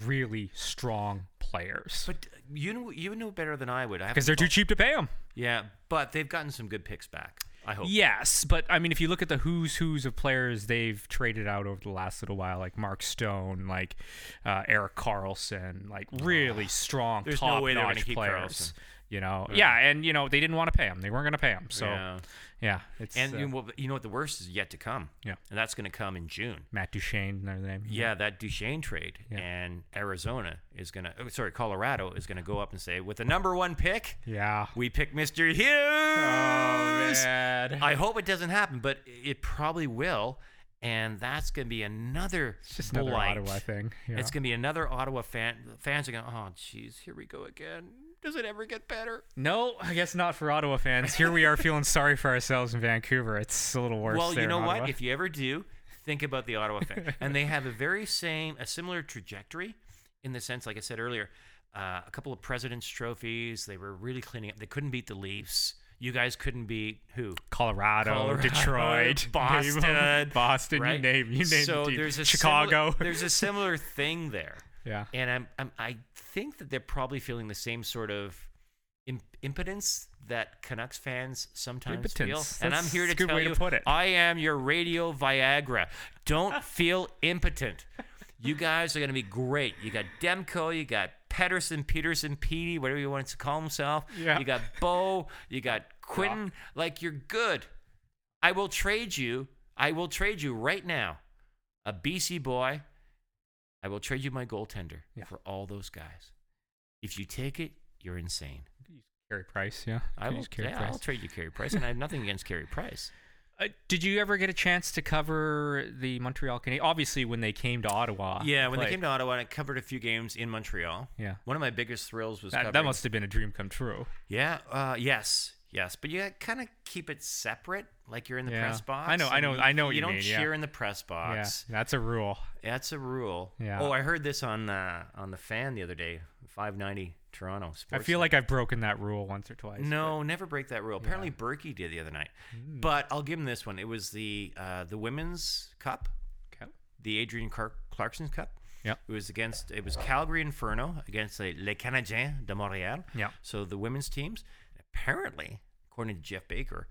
E: really strong players.
F: But uh, you know you know better than I would. I
E: Because
F: haven't
E: they're too
F: thought-
E: cheap to pay them.
F: Yeah, but they've gotten some good picks back. I hope.
E: Yes, but I mean, if you look at the who's who's of players they've traded out over the last little while, like Mark Stone, like uh, Eric Carlson, like really strong
F: There's no
E: top
F: way they're gonna
E: notch
F: keep
E: players.
F: Carlson.
E: You know, yeah. and you know they didn't want to pay him; they weren't going to pay him. So, yeah,
F: Yeah.
E: it's
F: And
E: uh,
F: you, know, what- you know what? The worst is yet to come.
E: Yeah.
F: And that's going to come in June.
E: Matt Duchene, another name.
F: Yeah, that Duchesne trade
E: Yeah.
F: and Arizona is going to, oh, sorry, Colorado is going to go up and say, with the number one pick,
E: yeah.
F: we pick Mr. Hughes. I hope it doesn't happen, but it probably will. And that's going to be another
E: It's just another
F: blight.
E: Ottawa thing. Yeah.
F: It's going to be another Ottawa fan. Fans are going, oh, jeez, here we go again. Does it ever get better?
E: no, I guess not for Ottawa fans. Here we are feeling sorry for ourselves in Vancouver. It's a little worse.
F: Well,
E: there
F: you
E: in
F: know
E: Ottawa.
F: what? If you ever do, think about the Ottawa fan. and they have a very same, a similar trajectory in the sense, like I said earlier, uh, a couple of President's trophies. They were really cleaning up. They couldn't beat the Leafs. You guys couldn't beat who?
E: Colorado,
F: Colorado,
E: Detroit,
F: Boston,
E: Boston,
F: Right?
E: you name, you name
F: so
E: the team.
F: there's a
E: Chicago.
F: similar- there's a similar thing there.
E: yeah,
F: And I'm, I'm, I think that they're probably feeling the same sort of imp- impotence that Canucks fans sometimes
E: Impotence.
F: feel. And I'm
E: That's
F: here
E: a
F: to
E: good
F: tell
E: way to
F: you,
E: put it.
F: I am your radio Viagra. Don't feel impotent. You guys are going to be great. You got Demko, you got Pedersen, Peterson, Petey, whatever you want to call himself.
E: Yeah.
F: You got Bo, you got Quinton. Like, you're good. I will trade you. I will trade you right now a BC boy. I will trade you my goaltender
E: Yeah.
F: for all those guys. If you take it, you're insane.
E: Carey Price, yeah.
F: I will, yeah, I'll trade you Carey Price, and I have nothing against Carey Price.
E: Uh, did you ever get a chance to cover the Montreal Canadiens? Obviously, when they came to Ottawa.
F: Yeah,
E: and
F: when they
E: played.
F: came to Ottawa, and I covered a few games in Montreal.
E: Yeah.
F: one of my biggest thrills was
E: that, that
F: covering-
E: must have been a dream come true.
F: Yeah, uh, yes, yes, but you kind of keep it separate. Like you're in the
E: Yeah.
F: press box.
E: I know- I
F: and
E: know-
F: You,
E: I know what
F: You,
E: you
F: don't
E: mean, yeah.
F: cheer in the press box.
E: Yeah, that's a rule.
F: That's a rule.
E: Yeah.
F: Oh, I heard this on uh, on the fan the other day. Five ninety Toronto.
E: I
F: Sports
E: feel like I've broken that rule once or twice.
F: No, never break that rule. Apparently, Berkey did the other night.
E: Hmm.
F: But I'll give him this one. It was the uh, the women's cup,
E: Okay.
F: the Adrian Clark- Clarkson Cup.
E: Yep.
F: It was against it was Calgary Inferno against the Les Canadiens de Montréal.
E: Yeah.
F: So the women's teams, apparently, according to Jeff Baker,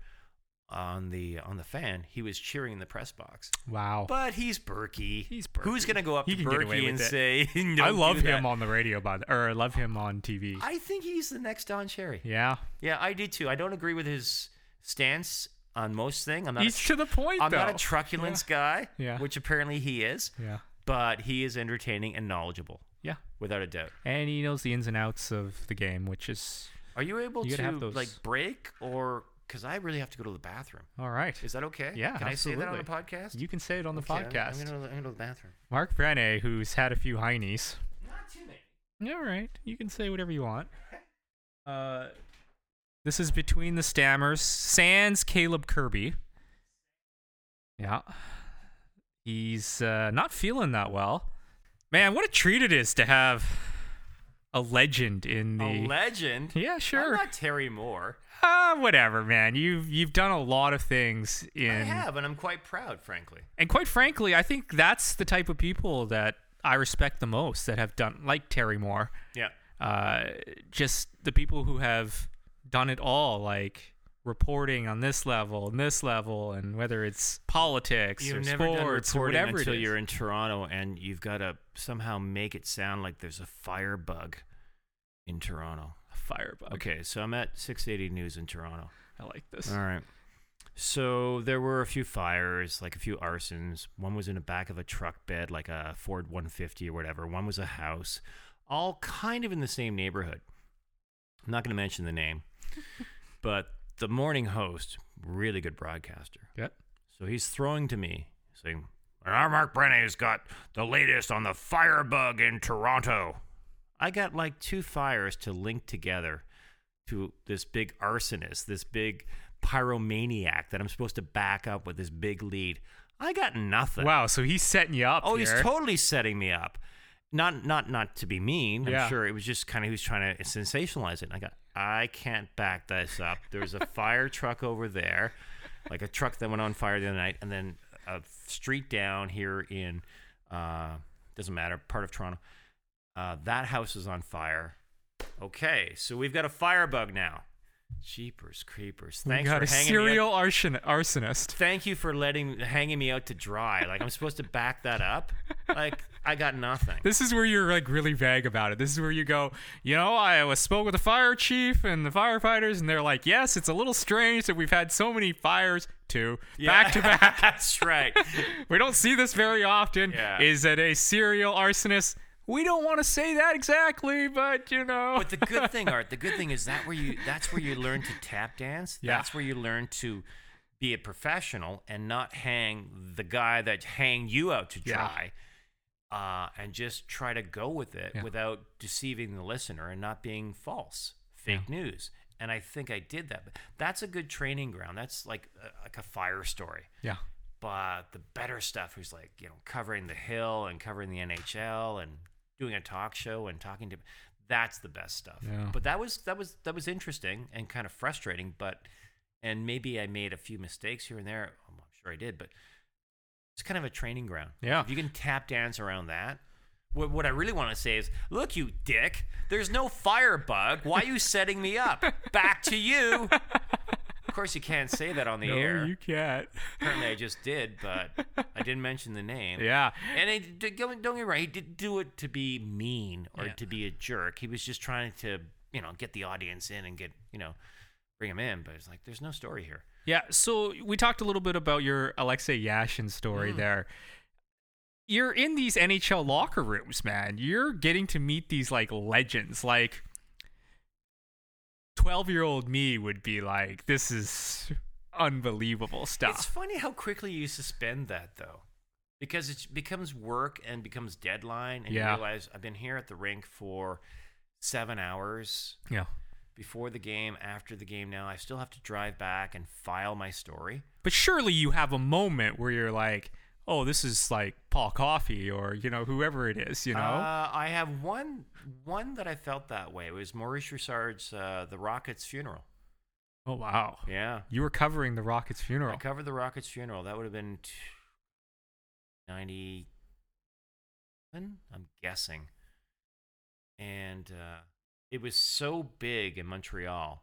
F: on the on the fan, he was cheering in the press box.
E: Wow.
F: But he's Berkey.
E: He's
F: Who's
E: Berkey.
F: gonna go up
E: He
F: to
E: can get
F: Berkey
E: away with
F: and
E: it.
F: say, "Don't
E: I love
F: do
E: him
F: that."
E: on the radio, by the, or I love him on TV.
F: I think he's the next Don Cherry.
E: yeah.
F: Yeah, I do too. I don't agree with his stance on most things. I'm not.
E: He's
F: a,
E: to the point,
F: I'm not a
E: though.
F: truculence guy.
E: Yeah.
F: Which apparently he is,
E: Yeah.
F: but he is entertaining and knowledgeable,
E: Yeah.
F: without a doubt.
E: And he knows the ins and outs of the game, which is
F: Are you able
E: You
F: to
E: gotta have those-
F: like break or? Because I really have to go to the bathroom.
E: all right.
F: Is that okay?
E: Yeah,
F: Can I say that on
E: absolutely.
F: the podcast?
E: You can say it on the
F: Okay, I'm-
E: podcast.
F: I'm gonna, I'm gonna go to the bathroom.
E: Mark Brené, who's had a few heinies.
F: Not too many.
E: All right, you can say whatever you want. Uh, this is between the stammers. Sans Caleb Kirby. Yeah, he's uh, not feeling that well. Man, what a treat it is to have a legend in the.
F: A legend.
E: yeah,
F: I'm
E: sure.
F: not Terry Moore.
E: Ah, whatever, man. You've you've done a lot of things in,
F: I have, and I'm quite proud, frankly.
E: and quite frankly, I think that's the type of people that I respect the most that have done, like Terry Moore.
F: Yeah.
E: uh, just the people who have done it all, like reporting on this level and this level, and whether it's politics or
F: You've never done
E: sports or
F: reporting
E: whatever
F: until
E: it is.
F: you're in Toronto, and you've got to somehow make it sound like there's a firebug in Toronto.
E: Firebug.
F: Okay, so I'm at 680 News in Toronto.
E: I like this.
F: All right. So there were a few fires, like a few arsons. One was in the back of a truck bed, like a Ford 150 or whatever. One was a house, all kind of in the same neighborhood. I'm not going to mention the name, but the morning host, really good broadcaster.
E: Yep.
F: So he's throwing to me, saying, "Our Mark Brennan's got the latest on the firebug in Toronto." I got like two fires to link together to this big arsonist, this big pyromaniac that I'm supposed to back up with this big lead. I got nothing.
E: Wow, so he's setting you up.
F: Oh,
E: here.
F: he's totally setting me up. Not not not to be mean.
E: Yeah.
F: I'm sure it was just kind of he was trying to sensationalize it. And I got I can't back this up. There's a fire truck over there, like a truck that went on fire the other night, and then a street down here in uh, doesn't matter part of Toronto. Uh, that house is on fire. Okay, so we've got a firebug now. Jeepers creepers!
E: We
F: Thanks
E: got
F: for
E: a
F: hanging me up
E: serial arson- arsonist.
F: thank you for letting hanging me out to dry. Like I'm supposed to back that up. Like I got nothing.
E: This is where you're like really vague about it. This is where you go, you know, I was spoke with the fire chief and the firefighters, and they're like, yes, it's a little strange that we've had so many fires too, back to back.
F: That's right.
E: We don't see this very often.
F: Yeah.
E: Is it a serial arsonist? We don't want to say that exactly, but you know.
F: But the good thing, Art, the good thing is that where you that's where you learn to tap dance.
E: Yeah.
F: That's where you learn to be a professional and not hang the guy that hang you out to
E: Yeah.
F: dry. Uh, and just try to go with it
E: Yeah.
F: without deceiving the listener and not being false, fake news. And I think I did that. That's a good training ground. That's like a, like a fire story.
E: yeah.
F: but the better stuff who's like you know covering the hill and covering the nhl and doing a talk show and talking to that's the best stuff
E: Yeah.
F: but that was that was that was interesting and kind of frustrating but and maybe i made a few mistakes here and there i'm not sure i did but it's kind of a training ground
E: Yeah.
F: if you can tap dance around that what, what i really want to say is look you dick there's no firebug why are you setting me up back to you course, you can't say that on the
E: no,
F: air.
E: you can't.
F: Apparently, I just did, but I didn't mention the name.
E: Yeah.
F: And I, d- don't don't get me wrong, he didn't do it to be mean or
E: Yeah.
F: to be a jerk. He was just trying to, you know, get the audience in and get, you know, bring him in. But it's like, there's no story here.
E: Yeah. So we talked a little bit about your Alexei Yashin story
F: Mm.
E: there. You're in these NHL locker rooms, man. You're getting to meet these like legends. Like 12 year old me would be like, this is unbelievable
F: It's
E: stuff.
F: funny how quickly you suspend that though, because it becomes work and becomes deadline, and
E: Yeah.
F: you realize I've been here at the rink for seven hours
E: yeah.
F: before the game, after the game. Now I still have to drive back and file my story.
E: But surely you have a moment where you're like, oh, this is like Paul Coffey or, you know, whoever it is, you know?
F: Uh, I have one one that I felt that way. It was Maurice Richard's uh, the Rockets funeral.
E: oh, wow.
F: Yeah,
E: You were covering the Rockets funeral.
F: I covered the Rockets funeral. That would have been t- ninety. I'm guessing, and uh, it was so big in Montreal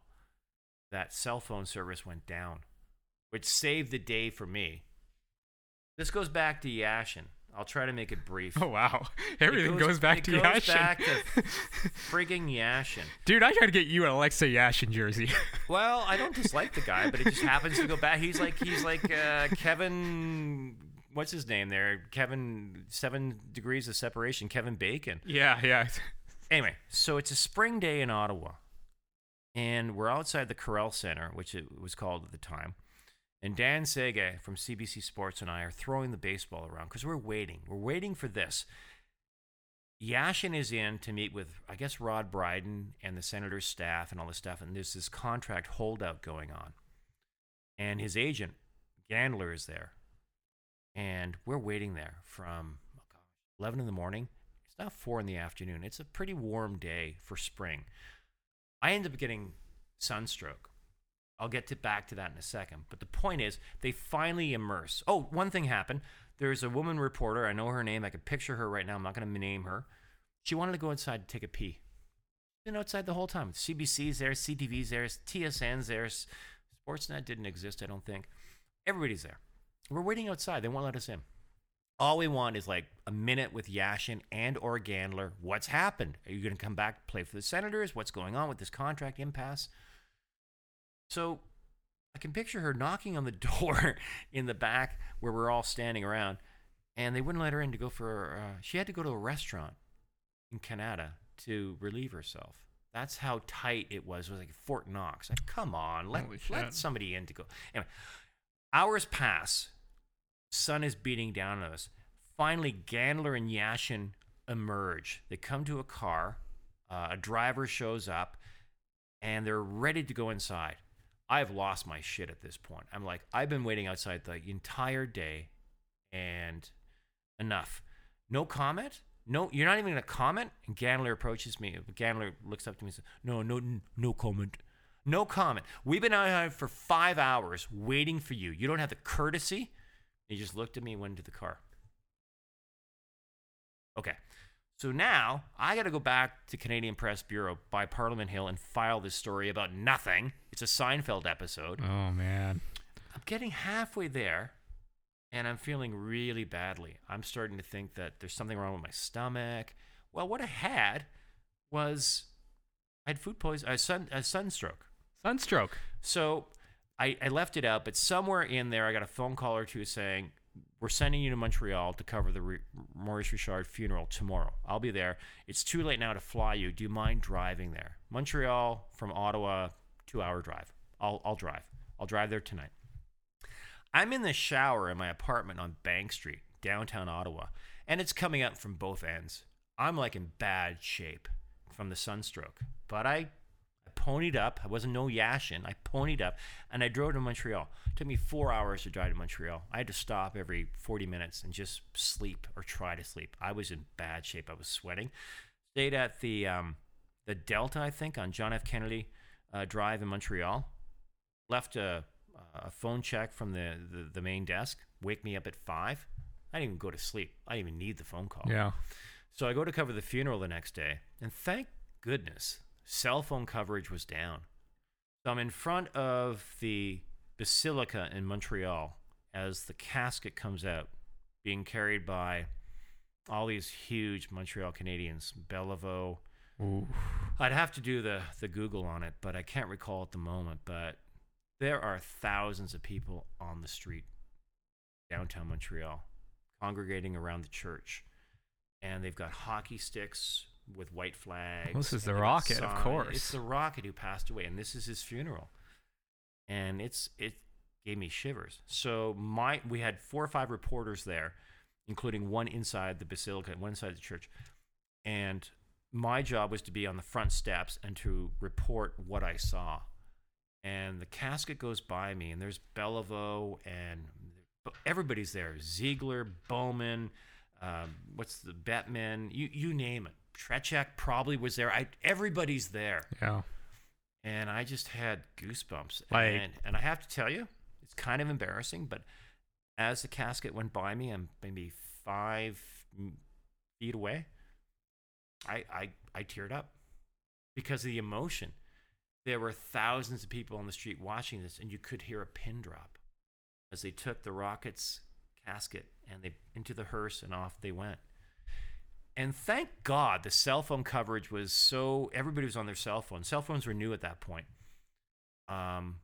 F: that cell phone service went down, which saved the day for me. This goes back to Yashin. I'll try to make it brief.
E: Oh wow! Everything goes,
F: goes-
E: back
F: it
E: to
F: goes
E: Yashin.
F: back to- Frigging Yashin.
E: Dude, I gotta get you an Alexa Yashin jersey.
F: Well, I don't dislike the guy, but it just happens to go back. He's like he's like uh, Kevin. What's his name there? Kevin Seven Degrees of Separation. Kevin Bacon.
E: yeah, yeah.
F: Anyway, so it's a spring day in Ottawa, and we're outside the Corral Center, which it was called at the time. And Dan Sege from CBC Sports and I are throwing the baseball around because we're waiting. We're waiting for this. Yashin is in to meet with, I guess, Rod Bryden and the senator's staff and all this stuff. And there's this contract holdout going on. And his agent, Gandler, is there. And we're waiting there from oh God, 11 in the morning. It's now 4 in the afternoon. It's a pretty warm day for spring. I end up getting sunstroke. I'll get to back to that in a second. But the point is, they finally immerse. Oh, one thing happened. There's a woman reporter. I know her name. I can picture her right now. I'm not going to name her. She wanted to go inside to take a pee. Been outside the whole time. CBC's there, CTV's there, TSN's there. Sportsnet didn't exist, I don't think. Everybody's there. We're waiting outside. They won't let us in. All we want is like a minute with Yashin and or Gandler. What's happened? Are you going to come back play for the Senators? What's going on with this contract impasse? So I can picture her knocking on the door in the back where we're all standing around, and they wouldn't let her in to go for. Uh, she had to go to a restaurant in Canada to relieve herself. That's how tight it was. It was like Fort Knox. Like, come on, let,
E: Holy shit.
F: let somebody in to go. Anyway, hours pass. Sun is beating down on us. Finally, Gandler and Yashin emerge. They come to a car. Uh, a driver shows up and they're ready to go inside. I've lost my shit at this point. I'm like, I've been waiting outside the entire day and enough. No comment? No, you're not even going to comment? And Gandler approaches me. Gandler looks up to me and says, No, no, n- no comment. No comment. We've been out here for five hours waiting for you. You don't have the courtesy. He just looked at me and went into the car. Okay. So now I got to go back to Canadian Press Bureau by Parliament Hill and file this story about nothing. It's a Seinfeld episode.
E: Oh man.
F: I'm getting halfway there and I'm feeling really badly. I'm starting to think that there's something wrong with my stomach. Well, what I had was I had food poison, a, sun, a sunstroke.
E: Sunstroke.
F: So I, I left it out, but somewhere in there, I got a phone call or two saying, We're sending you to Montreal to cover the Re- Maurice Richard funeral tomorrow. I'll be there. It's too late now to fly you. Do you mind driving there? Montreal from Ottawa, two hour drive. I'll, I'll drive. I'll drive there tonight. I'm in the shower in my apartment on Bank Street, downtown Ottawa, and it's coming up from both ends. I'm like in bad shape from the sunstroke, but I I ponied up. I wasn't no yashin. I ponied up and I drove to Montreal. It took me four hours to drive to Montreal. I had to stop every 40 minutes and just sleep or try to sleep. I was in bad shape. I was sweating. Stayed at the um, the Delta, I think, on John F. Kennedy uh, Drive in Montreal. Left a, a phone check from the, the, the main desk. Wake me up at five. I didn't even go to sleep. I didn't even need the phone call.
E: Yeah.
F: So I go to cover the funeral the next day, and thank goodness cell phone coverage was down. So I'm in front of the Basilica in Montreal as the casket comes out, being carried by all these huge Montreal Canadians, Bellevaux. I'd have to do the, the Google on it, but I can't recall at the moment. But there are thousands of people on the street downtown Montreal congregating around the church. And they've got hockey sticks with white flags.
E: This is
F: and
E: the
F: they've got
E: Rocket, of
F: signs.
E: course.
F: It's the Rocket who passed away, and this is his funeral. And it's it gave me shivers. So my we had four or five reporters there, including one inside the basilica and one inside the church. And my job was to be on the front steps and to report what I saw. And the casket goes by me, and there's Bellevaux and everybody's there. Ziegler, Bowman, um, what's the Batman? You you name it. Trechak probably was there. I everybody's there,
E: Yeah.
F: and I just had goosebumps.
E: Like-
F: and, and I have to tell you, it's kind of embarrassing, but as the casket went by me, I'm maybe five m- feet away. I I I teared up because of the emotion. There were thousands of people on the street watching this, and you could hear a pin drop as they took the rocket's casket and they into the hearse and off they went. And thank God the cell phone coverage was so everybody was on their cell phone. Cell phones were new at that point. Um,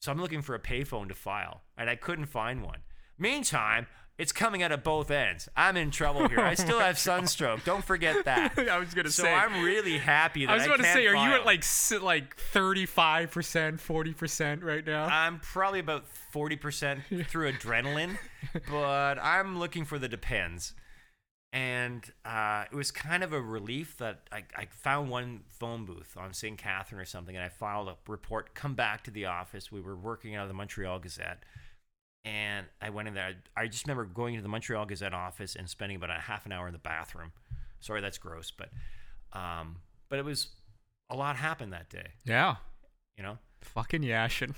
F: so I'm looking for a payphone to file, and I couldn't find one. Meantime, it's coming out of both ends. I'm in trouble here. I still have sunstroke. Don't forget that.
E: Oh I was gonna
F: so
E: say-
F: I'm really happy that
E: I was about to
F: can't
E: say, are you
F: file.
E: at like si- like thirty five percent, forty percent right now?
F: I'm probably about 40% through adrenaline, but I'm looking for the depends. And uh, it was kind of a relief that I, I found one phone booth on St. Catherine or something, and I filed a report, come back to the office. We were working out of the Montreal Gazette. And I went in there. I I just remember going into the Montreal Gazette office and spending about a half an hour in the bathroom. Sorry, that's gross, but um, but it was a lot happened that day.
E: yeah.
F: You know,
E: Fucking Yashin.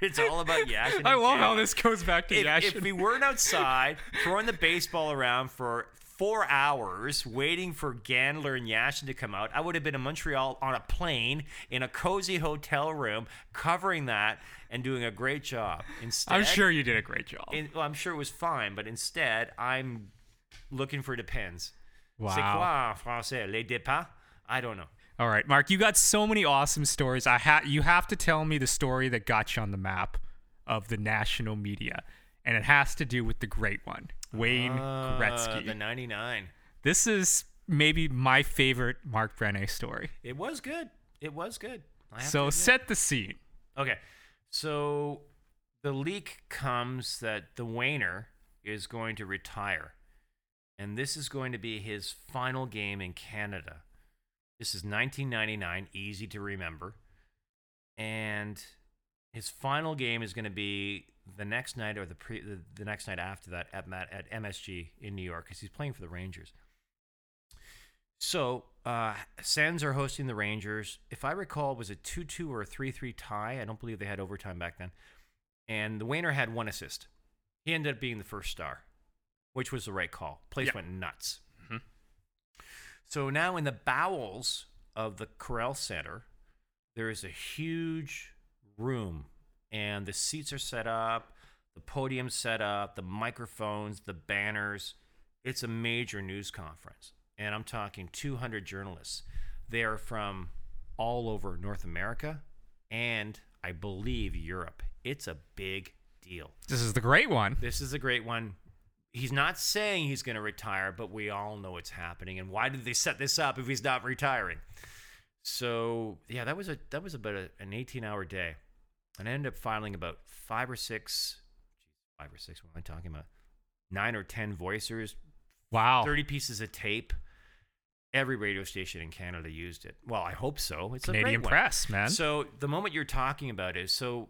F: it's all about yeah.
E: I love how this goes back to
F: if,
E: Yashin.
F: if we weren't outside throwing the baseball around for four hours waiting for Gandler and Yashin to come out, I would have been in Montreal on a plane in a cozy hotel room covering that and doing a great job. Instead,
E: I'm sure you did a great job.
F: in- well, I'm sure it was fine, but instead, I'm looking for depends. C'est
E: wow.
F: quoi en français? Les dépens? I don't know.
E: All right, Mark, you got so many awesome stories. I ha- you have to tell me the story that got you on the map of the national media, and it has to do with the great one, Wayne
F: Uh,
E: Gretzky.
F: the 99.
E: this is maybe my favorite Mark Brené story.
F: It was good. It was good. I have to
E: So
F: admit.
E: set the scene.
F: Okay. So the leak comes that the Wayner is going to retire. And this is going to be his final game in Canada. This is 1999, easy to remember. And his final game is going to be the next night or the, pre, the, the next night after that at, Mat, at MSG in New York because he's playing for the Rangers. So uh, Sens are hosting the Rangers. If I recall, it was a two-two or a three-three tie. I don't believe they had overtime back then. And the Wayner had one assist. He ended up being the first star, which was the right call. Place
E: Yeah.
F: went nuts. So now in the bowels of the Corral Center, there is a huge room, and the seats are set up, the podium set up, the microphones, the banners it's a major news conference and i'm talking 200 journalists they are from all over north america and i believe europe it's a big deal
E: This is the great one.
F: this is a great one he's not saying he's going to retire but we all know it's happening and why did they set this up if he's not retiring so yeah that was a that was about a, an 18 hour day and i ended up filing about five or six five or six what am i talking about nine or ten voicers
E: Wow.
F: 30 pieces of tape. Every radio station in Canada used it. Well, I hope so. It's a
E: Canadian
F: great one.
E: press, man.
F: So the moment you're talking about is so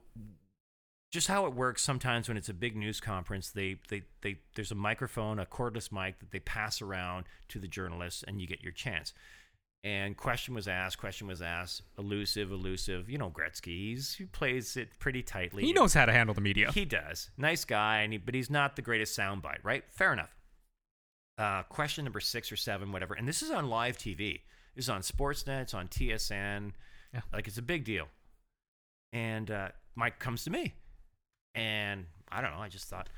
F: just how it works sometimes when it's a big news conference, they, they, they there's a microphone, a cordless mic that they pass around to the journalists and you get your chance. And question was asked, question was asked, elusive, elusive. You know Gretzky, he's, he plays it pretty tightly.
E: he knows how to handle the media.
F: He does. Nice guy, and he, but he's not the greatest soundbite, right? Fair enough. Uh, question number six or seven, whatever. And this is on live TV. This is on Sportsnet. It's on TSN.
E: Yeah.
F: Like it's a big deal. And uh, Mike comes to me. And I don't know. I just thought,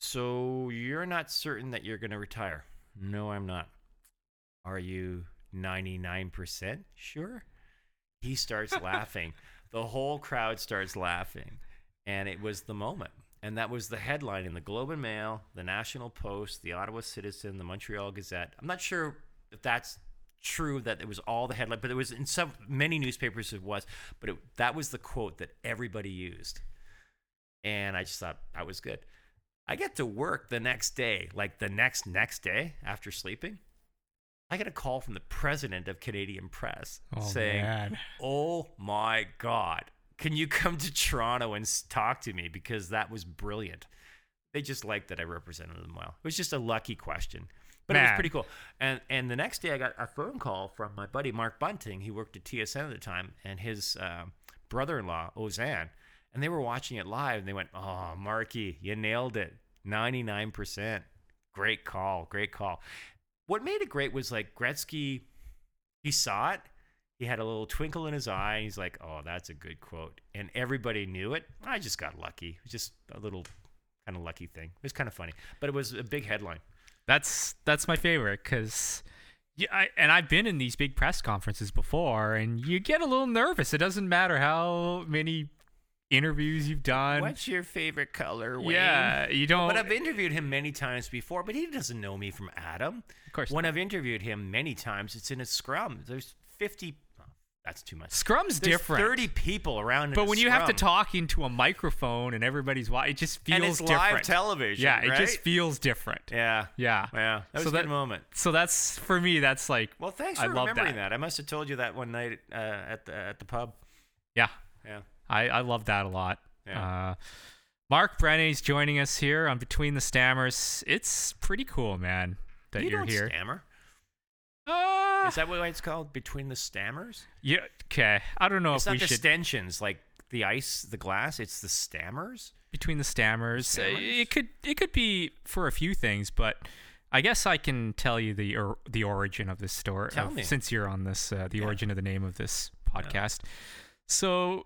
F: so you're not certain that you're going to retire? No, I'm not. Are you 99% sure? He starts laughing. The whole crowd starts laughing. And it was the moment. And that was the headline in the Globe and Mail, the National Post, the Ottawa Citizen, the Montreal Gazette. I'm not sure if that's true that it was all the headline, but it was in some many newspapers it was. But it, that was the quote that everybody used and I just thought that was good. I get to work the next day, like the next next day after sleeping. I get a call from the president of Canadian Press
E: Oh,
F: saying,
E: man.
F: "Oh my God, can you come to Toronto and s- talk to me because that was brilliant." They just liked that I represented them well. It was just a lucky question, but it was
E: Man.
F: pretty cool. And and the next day, I got a phone call from my buddy Mark Bunting. He worked at TSN at the time, and his um brother-in-law Ozan, and they were watching it live. And they went, "Oh, Marky, you nailed it, ninety-nine percent. Great call, great call." What made it great was like Gretzky. He saw it. He had a little twinkle in his eye. And he's like, "Oh, that's a good quote," and everybody knew it. I just got lucky. It was just a little kind of lucky thing. It was kind of funny, but it was a big headline.
E: That's that's my favorite because. Yeah, I, and I've been in these big press conferences before, and you get a little nervous. It doesn't matter how many interviews you've done.
F: What's your favorite color? Wayne?
E: Yeah, you don't.
F: But I've interviewed him many times before, but he doesn't know me from Adam.
E: Of course
F: When
E: not.
F: I've interviewed him many times, it's in a scrum. There's 50. oh, that's too much.
E: Scrum's
F: There's
E: different.
F: 30 people around. in
E: but
F: a
E: when you have to
F: scrum,
E: talk into a microphone and everybody's watching, it just feels
F: and it's
E: different.
F: live television.
E: yeah, it
F: right?
E: just feels different.
F: Yeah.
E: Yeah.
F: Yeah. That was
E: So
F: a good
E: that-
F: moment.
E: So that's for me. That's like
F: Well, thanks
E: I
F: for
E: love
F: remembering that. I must have told you that one night uh, at the at the pub.
E: Yeah,
F: Yeah.
E: I I love that a lot.
F: Yeah.
E: Uh, Mark Brennan's joining us here on Between the Stammers. It's pretty cool, man, that
F: you
E: are
F: don't
E: here.
F: stammer.
E: Uh,
F: Is that why it's called? Between the stammers?
E: yeah. Okay. I don't know
F: it's not
E: if Oh, we
F: the
E: should
F: stentions like the ice, the glass. It's the stammers.
E: between the stammers. uh,
F: Stammers?
E: It could it could be for a few things, but I guess I can tell you the or, the origin of this story.
F: Tell
E: of-
F: me.
E: since you're on this uh, the
F: Yeah.
E: origin of the name of this podcast. So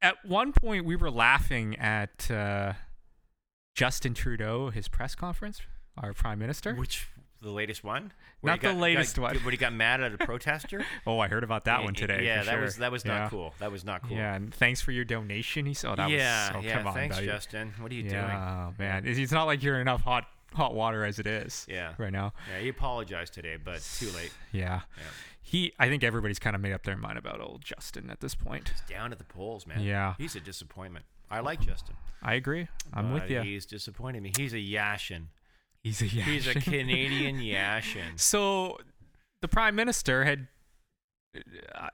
E: at one point we were laughing at uh, Justin Trudeau his press conference, our prime minister.
F: Which the latest one?
E: Not the latest one.
F: When he got mad at a protester.
E: oh, I heard about that one today.
F: Yeah,
E: for
F: that was
E: sure.
F: that was not
E: Yeah.
F: cool. That was not cool.
E: Yeah, and thanks for your donation. He said, oh, that
F: yeah,
E: was, oh,
F: yeah,
E: come on,
F: thanks,
E: buddy.
F: Justin. What are you doing?
E: Yeah, man. It's it's not like you're in enough hot hot water as it is.
F: Yeah.
E: Right now.
F: Yeah, he apologized today, but too late.
E: Yeah.
F: Yeah.
E: He I think everybody's kind of made up their mind about old Justin at this point.
F: Down at the polls, man.
E: Yeah.
F: he's a disappointment. I like Justin.
E: I agree. I'm
F: but
E: with you.
F: He's disappointed me. He's a Yashin.
E: He's a
F: He's a
E: Yashin.
F: Canadian Yashin.
E: So the prime minister had I-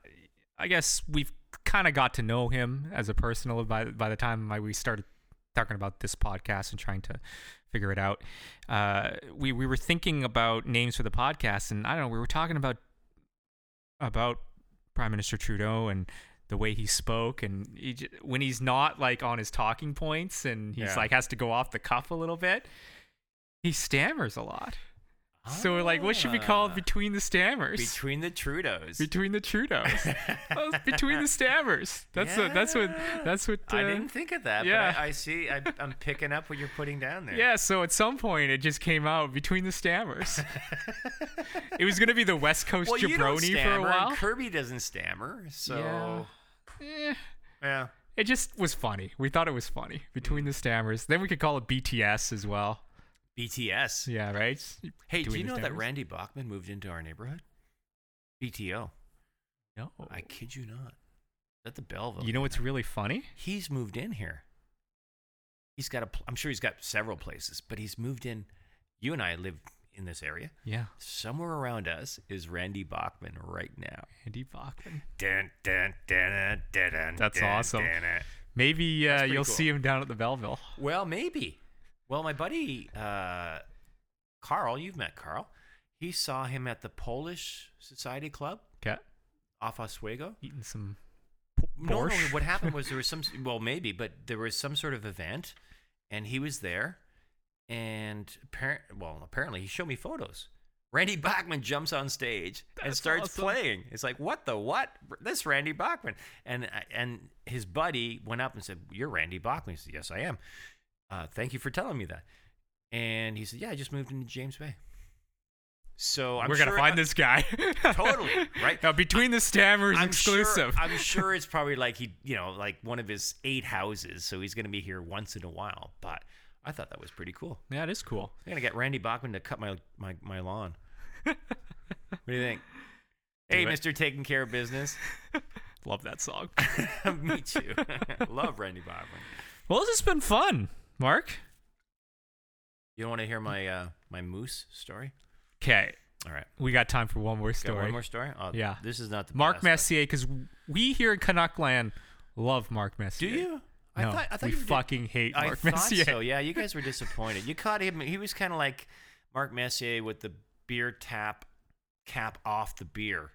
E: I guess we've kind of got to know him as a personal by by the time I, we started talking about this podcast and trying to figure it out. Uh, we we were thinking about names for the podcast and I don't know, we were talking about about Prime Minister Trudeau and the way he spoke and he, j- when he's not like on his talking points and he's
F: Yeah.
E: like has to go off the cuff a little bit, he stammers a lot. So we're like, what should we call
F: Ah.
E: it between the stammers?
F: Between the Trudeaus.
E: between the Trudeaus. Oh, it's between the stammers. That's what. That's what.
F: Yeah.
E: That's what. Uh,
F: I didn't think of that.
E: yeah.
F: But I, I see. I, I'm picking up what you're putting down there.
E: yeah. So at some point, it just came out between the stammers. it was gonna be the West Coast
F: Well, you don't
E: jabroni for a
F: stammer, and
E: while.
F: Kirby doesn't stammer, so yeah.
E: Yeah. Eh, it just was funny. We thought it was funny between
F: Mm.
E: the stammers. Then we could call it BTS as well.
F: BTS.
E: Yeah. Right.
F: Hey, do
E: Between
F: you
E: the
F: know that
E: stammers.
F: Randy Bachman moved into our neighborhood? BTO.
E: No.
F: I kid you not. Is that the Belleville?
E: You know
F: guy?
E: what's really funny?
F: He's moved in here. He's got a. Pl- I'm sure he's got several places, but he's moved in. You and I live in this area.
E: Yeah.
F: Somewhere around us is Randy Bachman right now.
E: Andy Bachman.
F: Dun, dun, dun, dun, dun, dun,
E: That's
F: dun,
E: awesome.
F: dun, dun.
E: Maybe uh,
F: That's pretty
E: you'll
F: cool.
E: see him down at the Belleville.
F: Well, maybe. Well, my buddy uh, Carl, you've met Carl. He saw him at the Polish Society Club
E: Okay.
F: off Oswego.
E: Eating some p-
F: No, no,
E: Porsche.
F: what happened was there was some, well, maybe, but there was some sort of event, and he was there, and apparent, well, apparently he showed me photos. Randy Bachman jumps on stage and
E: That's
F: starts
E: awesome.
F: playing. It's like, what the what? This Randy Bachman. And uh, and his buddy went up and said, You're Randy Bachman. He said, Yes, I am. Uh, thank you for telling me that. And he said, Yeah, I just moved into James Bay. So I'm
E: We're gonna
F: sure-
E: find this guy.
F: Totally, right?
E: now, between the stammers
F: I'm
E: exclusive.
F: Sure, I'm sure it's probably like he, you know, like one of his eight houses. So he's going to be here once in a while. But I thought that was pretty cool.
E: yeah, it is cool.
F: I'm gonna get Randy Bachman to cut my my, my lawn. what do you think? Hey,
E: Do it.
F: Mister, taking care of business.
E: Love that song.
F: Me too. Love Randy Bachman.
E: well, this has been fun, Mark.
F: You don't want to hear my uh, my moose story?
E: Okay,
F: All right,
E: we got time for one more
F: got
E: story.
F: one more story. Oh,
E: Yeah.
F: this is not the
E: Mark
F: best.
E: Messier, because we here in Canuckland love Mark
F: Do
E: Messier.
F: you?
E: No, we
F: did.
E: fucking hate
F: I
E: Mark
F: thought
E: Messier.
F: so. Yeah, you guys were disappointed. You caught him. He was kind of like Mark Messier with the beer tap cap off the beer,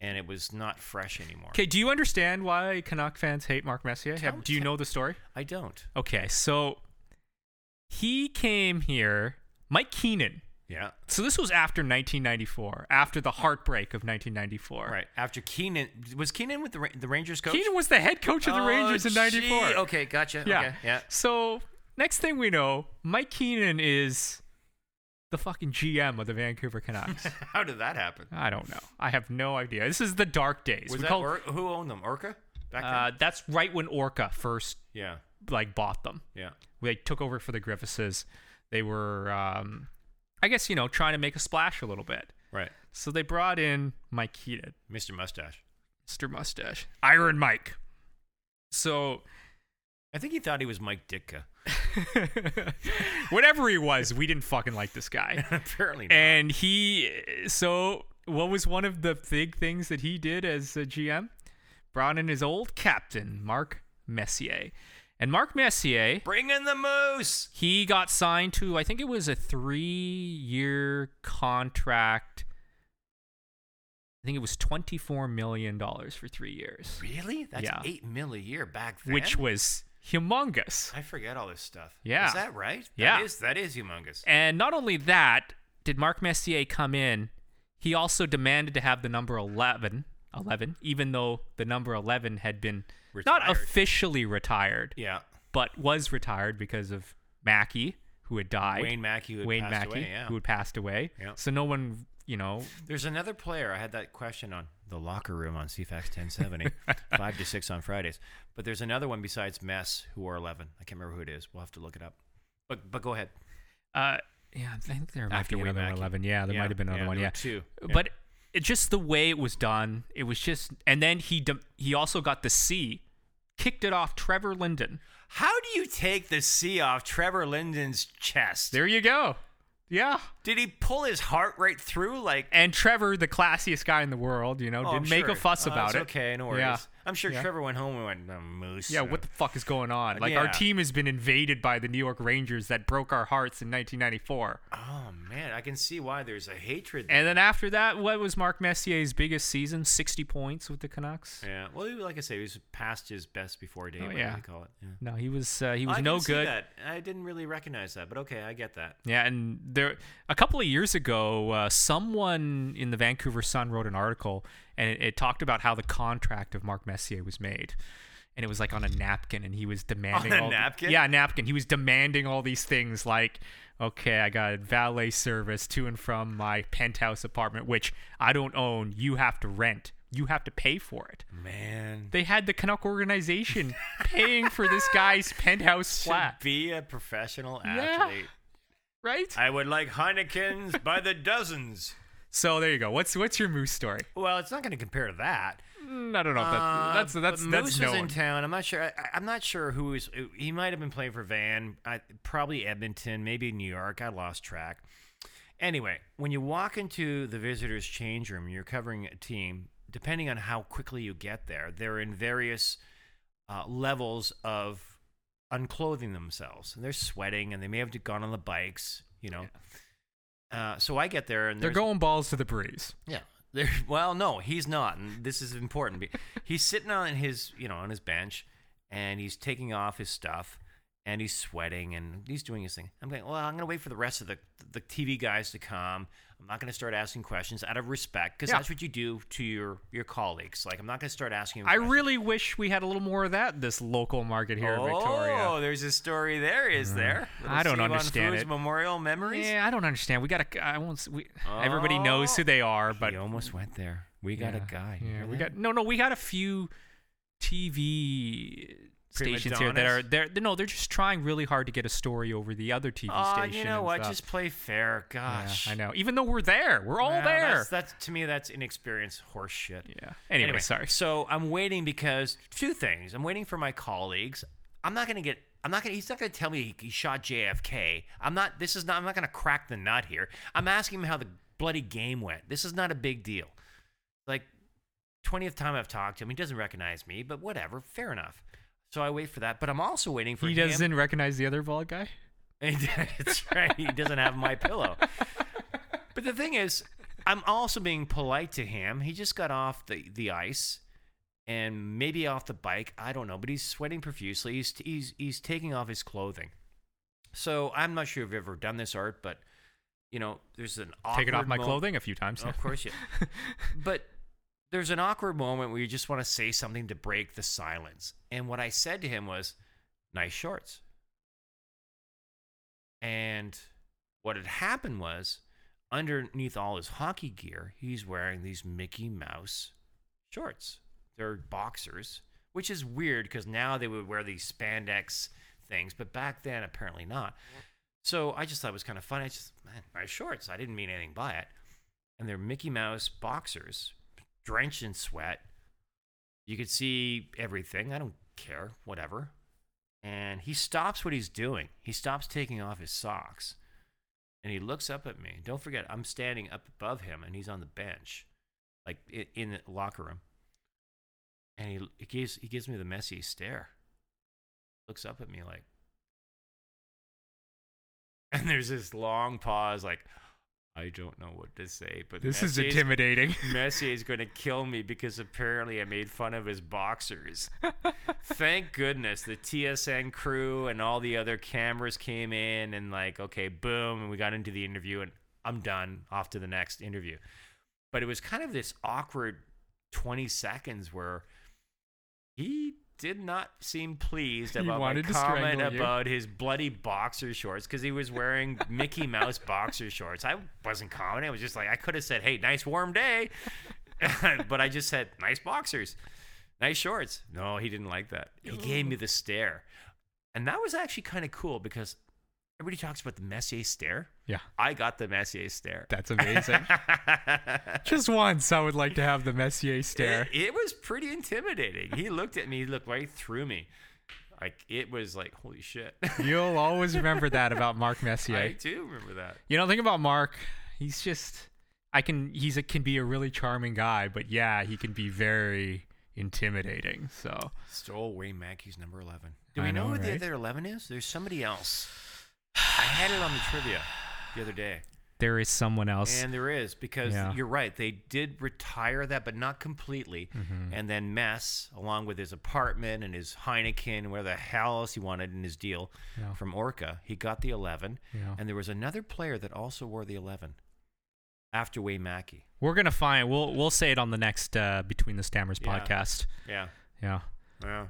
F: and it was not fresh anymore.
E: Okay, do you understand why Canuck fans hate Mark Messier?
F: Tell-
E: Have- do you
F: tell-
E: know the story?
F: I don't.
E: Okay, so he came here, Mike Keenan.
F: Yeah.
E: So this was after 1994, after the heartbreak of 1994.
F: Right after Keenan was Keenan with the Ra- the Rangers coach.
E: Keenan was the head coach of the
F: Oh,
E: Rangers in
F: gee.
E: '94.
F: Okay, gotcha.
E: Yeah.
F: Okay, yeah.
E: So next thing we know, Mike Keenan is the fucking GM of the Vancouver Canucks.
F: How did that happen?
E: I don't know. I have no idea. This is the dark days.
F: Was
E: We
F: that
E: call-
F: Or- who owned them? Orca back then.
E: uh, that's right when Orca first
F: yeah,
E: like bought them.
F: yeah.
E: They took over for the Griffithses. They were, um, I guess, you know, trying to make a splash a little bit.
F: Right,
E: So they brought in Mike Keenan.
F: Mr. Mustache.
E: Mr. Mustache, Iron Mike. So,
F: I think he thought he was Mike Ditka.
E: whatever he was, we didn't fucking like this guy.
F: Apparently, not.
E: And he, so what was one of the big things that he did as a GM? Brought in his old captain, Mark Messier. And Mark Messier,
F: bring in the moose.
E: he got signed to, I think it was a three year contract. I think it was $24 million for three years,
F: Really? That's
E: Yeah.
F: eight mil a year back then.
E: which was humongous.
F: I forget all this stuff.
E: Yeah.
F: is that right? That
E: Yeah.
F: is- that is humongous.
E: And not only that, did Mark Messier come in, he also demanded to have the number 11, 11 even though the number 11 had been not
F: Retired.
E: officially retired,
F: yeah,
E: but was retired because of Mackey, who had died.
F: Wayne Mackey, who had
E: Wayne
F: passed
E: Mackey,
F: away, yeah.
E: who had passed away.
F: Yeah.
E: So no one, you know,
F: There's another player. I had that question on the locker room on CFAX 1070, 5 to 6 on Fridays. But there's another one besides Mess who are 11. I can't remember who it is. We'll have to look it up. But but go ahead.
E: uh, yeah, I think there might
F: After
E: be
F: Wayne
E: another
F: Mackey.
E: 11. Yeah, there
F: Yeah,
E: might have been another
F: yeah,
E: one.
F: there
E: Yeah,
F: were two. Yeah.
E: But it, just the way it was done, it was just, and then he dem he also got the C, kicked it off Trevor Linden.
F: How do you take the C off Trevor Linden's chest?
E: There you go. Yeah.
F: Did he pull his heart right through? Like,
E: And Trevor, the classiest guy in the world, you know,
F: Oh, I'm
E: didn't make
F: sure.
E: a fuss
F: Oh,
E: about
F: it's
E: it.
F: okay, no worries.
E: Yeah.
F: I'm sure
E: Yeah.
F: Trevor went home and went, "The moose.
E: Yeah, what the fuck is going on? Like our
F: Yeah.
E: team has been invaded by the New York Rangers that broke our hearts in 1994.
F: Oh, man. I can see why there's a hatred there.
E: And then after that, what was Mark Messier's biggest season? 60 points with the Canucks.
F: yeah. Well, he- like I say, he was past his best before day.
E: Oh,
F: whatever
E: yeah.
F: they call it. Yeah.
E: No, he was uh, he was
F: I
E: no
F: can see
E: good.
F: that. I didn't really recognize that, but okay, I get that.
E: Yeah, and there a couple of years ago, uh, someone in the Vancouver Sun wrote an article, and it, it talked about how the contract of Mark Messier was made, and it was like on a napkin, and he was demanding
F: On a
E: all the-
F: napkin?
E: yeah, a napkin. He was demanding all these things like, okay, I got valet service to and from my penthouse apartment, which I don't own. You have to rent. You have to pay for it.
F: Mm. Man,
E: They had the Canuck organization paying for this guy's penthouse
F: to
E: flat,
F: be a professional
E: Yeah.
F: athlete,
E: right?
F: I would like Heinekens by the dozens.
E: So there you go. What's what's your moose story?
F: Well, it's not going to compare to that.
E: I don't know. If that's
F: Uh,
E: that's that's
F: but
E: that's
F: Moose was in
E: known.
F: town. I'm not sure. I, I- I'm not sure who is. He might have been playing for Van. I, probably Edmonton. Maybe New York. I lost track. Anyway, when you walk into the visitors' change room, you're covering a team. Depending on how quickly you get there, they're in various uh, levels of unclothing themselves, and they're sweating, and they may have gone on the bikes. You know. Uh, so I get there, and
E: They're
F: there's-
E: going balls to the breeze.
F: yeah. There, well, no, he's not, and this is important. Be- he's sitting on his, you know, on his bench, and he's taking off his stuff, and he's sweating and he's doing his thing. I'm going, well, I'm going to wait for the rest of the the TV guys to come. I'm not going to start asking questions out of respect because
E: Yeah.
F: that's what you do to your your colleagues. Like I'm not going to start asking. them
E: I
F: questions.
E: really wish we had a little more of that this local market here
F: oh,
E: in Victoria. Mm-hmm.
F: there's a story there, is there?
E: I don't
F: Siwan
E: understand
F: Foods
E: it.
F: Memorial memories.
E: Yeah, I don't understand. We got to I won't. s- We, Everybody knows who they are, but
F: he almost went there. Oh. We got
E: Yeah,
F: a guy. You
E: Yeah,
F: hear
E: we
F: that?
E: got no, no. We got a few TV
F: Prima
E: stations here that are
F: donnas?
E: they're no, they're just trying really hard to get a story over the other TV
F: Aw,
E: station.
F: you know
E: and
F: what?
E: stuff.
F: Just play fair.
E: Yeah,
F: Gosh,
E: I know. Even though we're there, we're all
F: Well,
E: there.
F: That's, that's to me, that's inexperienced horse shit.
E: yeah. Anyway, sorry.
F: So I'm waiting because two things. I'm waiting for my colleagues. I'm not gonna get. I'm not gonna. He's not gonna tell me he, he shot JFK. I'm not. This is not. I'm not gonna crack the nut here. I'm asking him how the bloody game went. This is not a big deal. Like twentieth time I've talked to him, he doesn't recognize me. But whatever. Fair enough. So I wait for that. But I'm also waiting for
E: He
F: him.
E: doesn't recognize the other bald guy.
F: That's right. He doesn't have my pillow. But the thing is, I'm also being polite to him. He just got off the, the ice and maybe off the bike. I don't know, but he's sweating profusely. He's, he's, he's taking off his clothing. So I'm not sure if you've ever done this art, but you know, there's an awkward
E: Take it off my
F: mo-
E: clothing a few times.
F: Of course, yeah. but there's an awkward moment where you just want to say something to break the silence. And what I said to him was, nice shorts. And what had happened was, underneath all his hockey gear, he's wearing these Mickey Mouse shorts. They're boxers, which is weird because now they would wear these spandex things, but back then apparently not. So I just thought it was kind of funny. I just, man, nice shorts. I didn't mean anything by it. And they're Mickey Mouse boxers, drenched in sweat. You could see everything. I don't care, whatever. And he stops what he's doing. He stops taking off his socks. And he looks up at me. Don't forget, I'm standing up above him and he's on the bench, like i- in the locker room. And he, he, gives, he gives me the messy stare. Looks up at me like, and there's this long pause, like, I don't know what to say, but
E: This is
F: Messier's-
E: intimidating.
F: Messier is going to kill me because apparently I made fun of his boxers. Thank goodness the TSN crew and all the other cameras came in and like, okay, boom, and we got into the interview and I'm done, off to the next interview. But it was kind of this awkward 20 seconds where he did not seem pleased
E: He
F: about my
E: wanted to
F: comment
E: strangle you.
F: about his bloody boxer shorts because he was wearing Mickey Mouse boxer shorts. I wasn't commenting. I was just like, I could have said, hey, nice warm day. but I just said, nice boxers, nice shorts. No, he didn't like that. He gave
E: Oh.
F: me the stare. And that was actually kind of cool because everybody talks about the Messier stare.
E: Yeah,
F: I got the Messier stare.
E: that's amazing. Just once, I would like to have the Messier stare.
F: It, it was pretty intimidating. He looked at me, he looked right through me. Like it was like, holy shit.
E: You'll always remember that about Mark Messier.
F: I do remember that.
E: You know, the thing about Mark, he's just I can he's a can be a really charming guy, but yeah, he can be very intimidating. So
F: Stole Wayne Mackey's number eleven. Do
E: I
F: we
E: know,
F: know, who
E: right?
F: the other eleven is? There's somebody else. I had it on the trivia the other day.
E: there is someone else.
F: And there is because
E: Yeah.
F: you're right. They did retire that, but not completely.
E: Mm-hmm.
F: And then Mess, along with his apartment and his Heineken, where the hell else he wanted in his deal
E: Yeah.
F: from Orca, he got the 11.
E: Yeah.
F: And there was another player that also wore the 11 after Way Mackey.
E: We're gonna find we'll we'll say it on the next uh, Between the Stammers
F: Yeah.
E: podcast.
F: Yeah.
E: Yeah.
F: Yeah.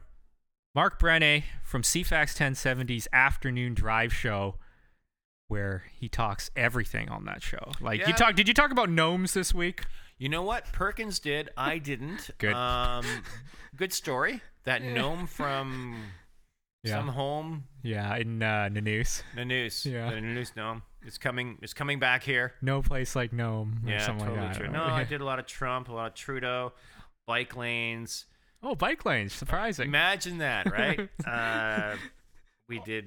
E: Mark Brenne from CFAX 1070's afternoon drive show where he talks everything on that show. Like you
F: Yeah.
E: talk did you talk about gnomes this week?
F: You know what? Perkins did. I didn't.
E: Good.
F: Um, good story. That gnome from some home,
E: Yeah, in uh Nanoose.
F: the news.
E: Yeah.
F: The news gnome. It's coming, it's coming back here.
E: No place like Gnome or
F: Yeah,
E: something
F: totally
E: like that.
F: true.
E: don't
F: No,
E: know.
F: I did a lot of Trump, a lot of Trudeau, bike lanes.
E: Oh, bike lanes, surprising.
F: Imagine that, right? uh, we did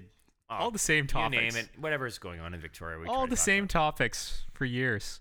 E: All the same
F: You
E: topics.
F: name it, whatever's going on in Victoria. We try
E: all
F: to
E: the
F: talk
E: same
F: about.
E: topics for years.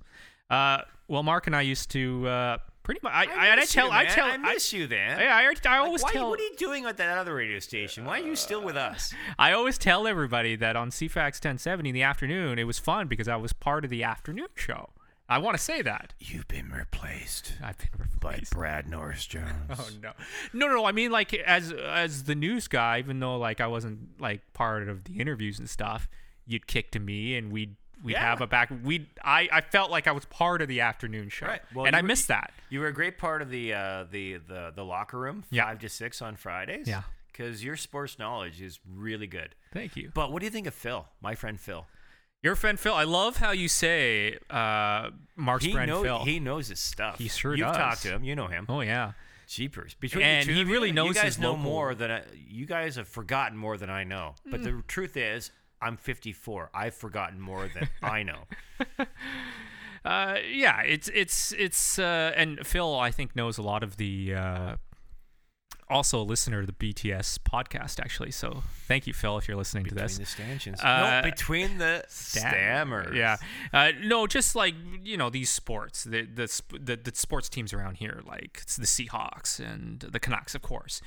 E: Uh, well, Mark and I used to uh, pretty much. I, I, I
F: miss
E: tell,
F: you,
E: I
F: man.
E: tell,
F: I miss you, then.
E: yeah, I, already- I always
F: why,
E: tell,
F: What are you doing at that other radio station? Why are you still with us?
E: I always tell everybody that on CFAX 1070 in the afternoon, it was fun because I was part of the afternoon show. I want to say that.
F: You've been replaced
E: I've been
F: by
E: replaced.
F: Brad Norris Jones.
E: Oh no, no, no! I mean, like as as the news guy, even though like I wasn't like part of the interviews and stuff, you'd kick to me, and we'd we'd
F: Yeah.
E: have a back. We I I felt like I was part of the afternoon show,
F: Right. Well,
E: and
F: you
E: I
F: were-
E: missed that.
F: You were a great part of the uh, the, the the locker room,
E: Yeah.
F: five to six on Fridays.
E: Yeah.
F: because your sports knowledge is really good.
E: Thank you,
F: But what do you think of Phil, my friend Phil?
E: your friend Phil. I love how you say uh Mark's
F: he
E: friend
F: know-
E: Phil.
F: he knows his stuff.
E: He sure
F: You've
E: does.
F: talked to him. You know him.
E: oh yeah,
F: Jeepers! Between
E: And
F: the two
E: he
F: of you,
E: really knows
F: You guys
E: his
F: know
E: local-
F: more than I, you guys have forgotten more than I know. But the truth is, I'm 54. I've forgotten more than I know.
E: uh, yeah. It's it's it's uh, and Phil I think knows a lot of the. Uh, also, a listener to the BTS podcast, actually. So, thank you, Phil, if you're listening to this.
F: Between the stanchions.
E: Uh,
F: no, between the stammers.
E: Yeah. Uh, no, just like you know these sports, the the sp- the, the sports teams around here, like it's the Seahawks and the Canucks, of course.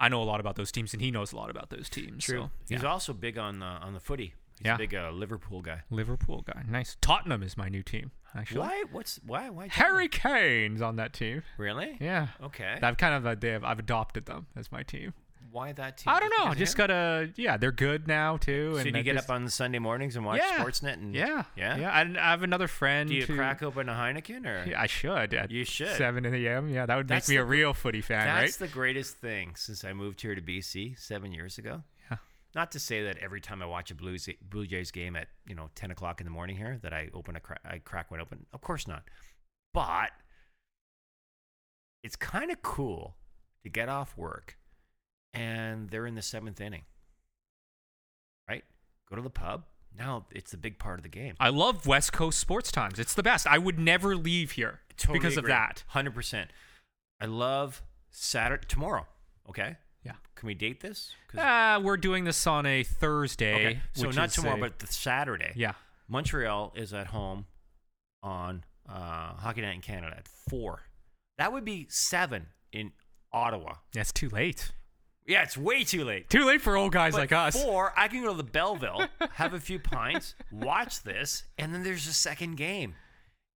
E: I know a lot about those teams, and he knows a lot about those teams.
F: True.
E: So,
F: He's
E: yeah.
F: also big on the on the footy. He's
E: Yeah.
F: a big uh, Liverpool guy.
E: Liverpool guy. Nice. Tottenham is my new team, actually.
F: Why? What's why? Why?
E: Harry Kane's on that team.
F: Really?
E: Yeah.
F: Okay.
E: I've kind of uh, they have, I've adopted them as my team.
F: why that team?
E: I don't know.
F: because of
E: Just
F: him?
E: gotta yeah. They're good now too.
F: So
E: and
F: do
E: I
F: you get
E: just-
F: up on Sunday mornings and watch
E: yeah.
F: Sportsnet and
E: yeah
F: yeah
E: yeah. I, I have another friend.
F: Do you
E: who-
F: crack open a Heineken or?
E: Yeah, I should. At
F: You should.
E: 7 a.m. Yeah, that would
F: That's
E: make me
F: the
E: a
F: gr-
E: real footy fan, right?
F: That's the greatest thing since I moved here to BC seven years ago.
E: Yeah.
F: Not to say that every time I watch a Blues Blue Jays game at you know ten o'clock in the morning here that I open a cra- I crack one open. Of course not, but it's kind of cool to get off work and they're in the seventh inning. Right? Go to the pub. Now it's the big part of the game.
E: I love West Coast sports times. It's the best. I would never leave here
F: Totally
E: because
F: agree.
E: of that.
F: 100%. I love Saturday tomorrow, okay?
E: Yeah.
F: Can we date this? 'Cause
E: Uh, we're doing this on a Thursday.
F: Okay. So
E: which
F: not
E: is
F: tomorrow,
E: a-
F: but the Saturday.
E: yeah.
F: Montreal is at home on uh, Hockey Night in Canada at four. That would be seven in Ottawa.
E: That's too late.
F: Yeah, it's way too late.
E: Too late for old guys
F: But
E: like us.
F: Four, I can go to the Belleville, have a few pints, watch this, and then there's a second game,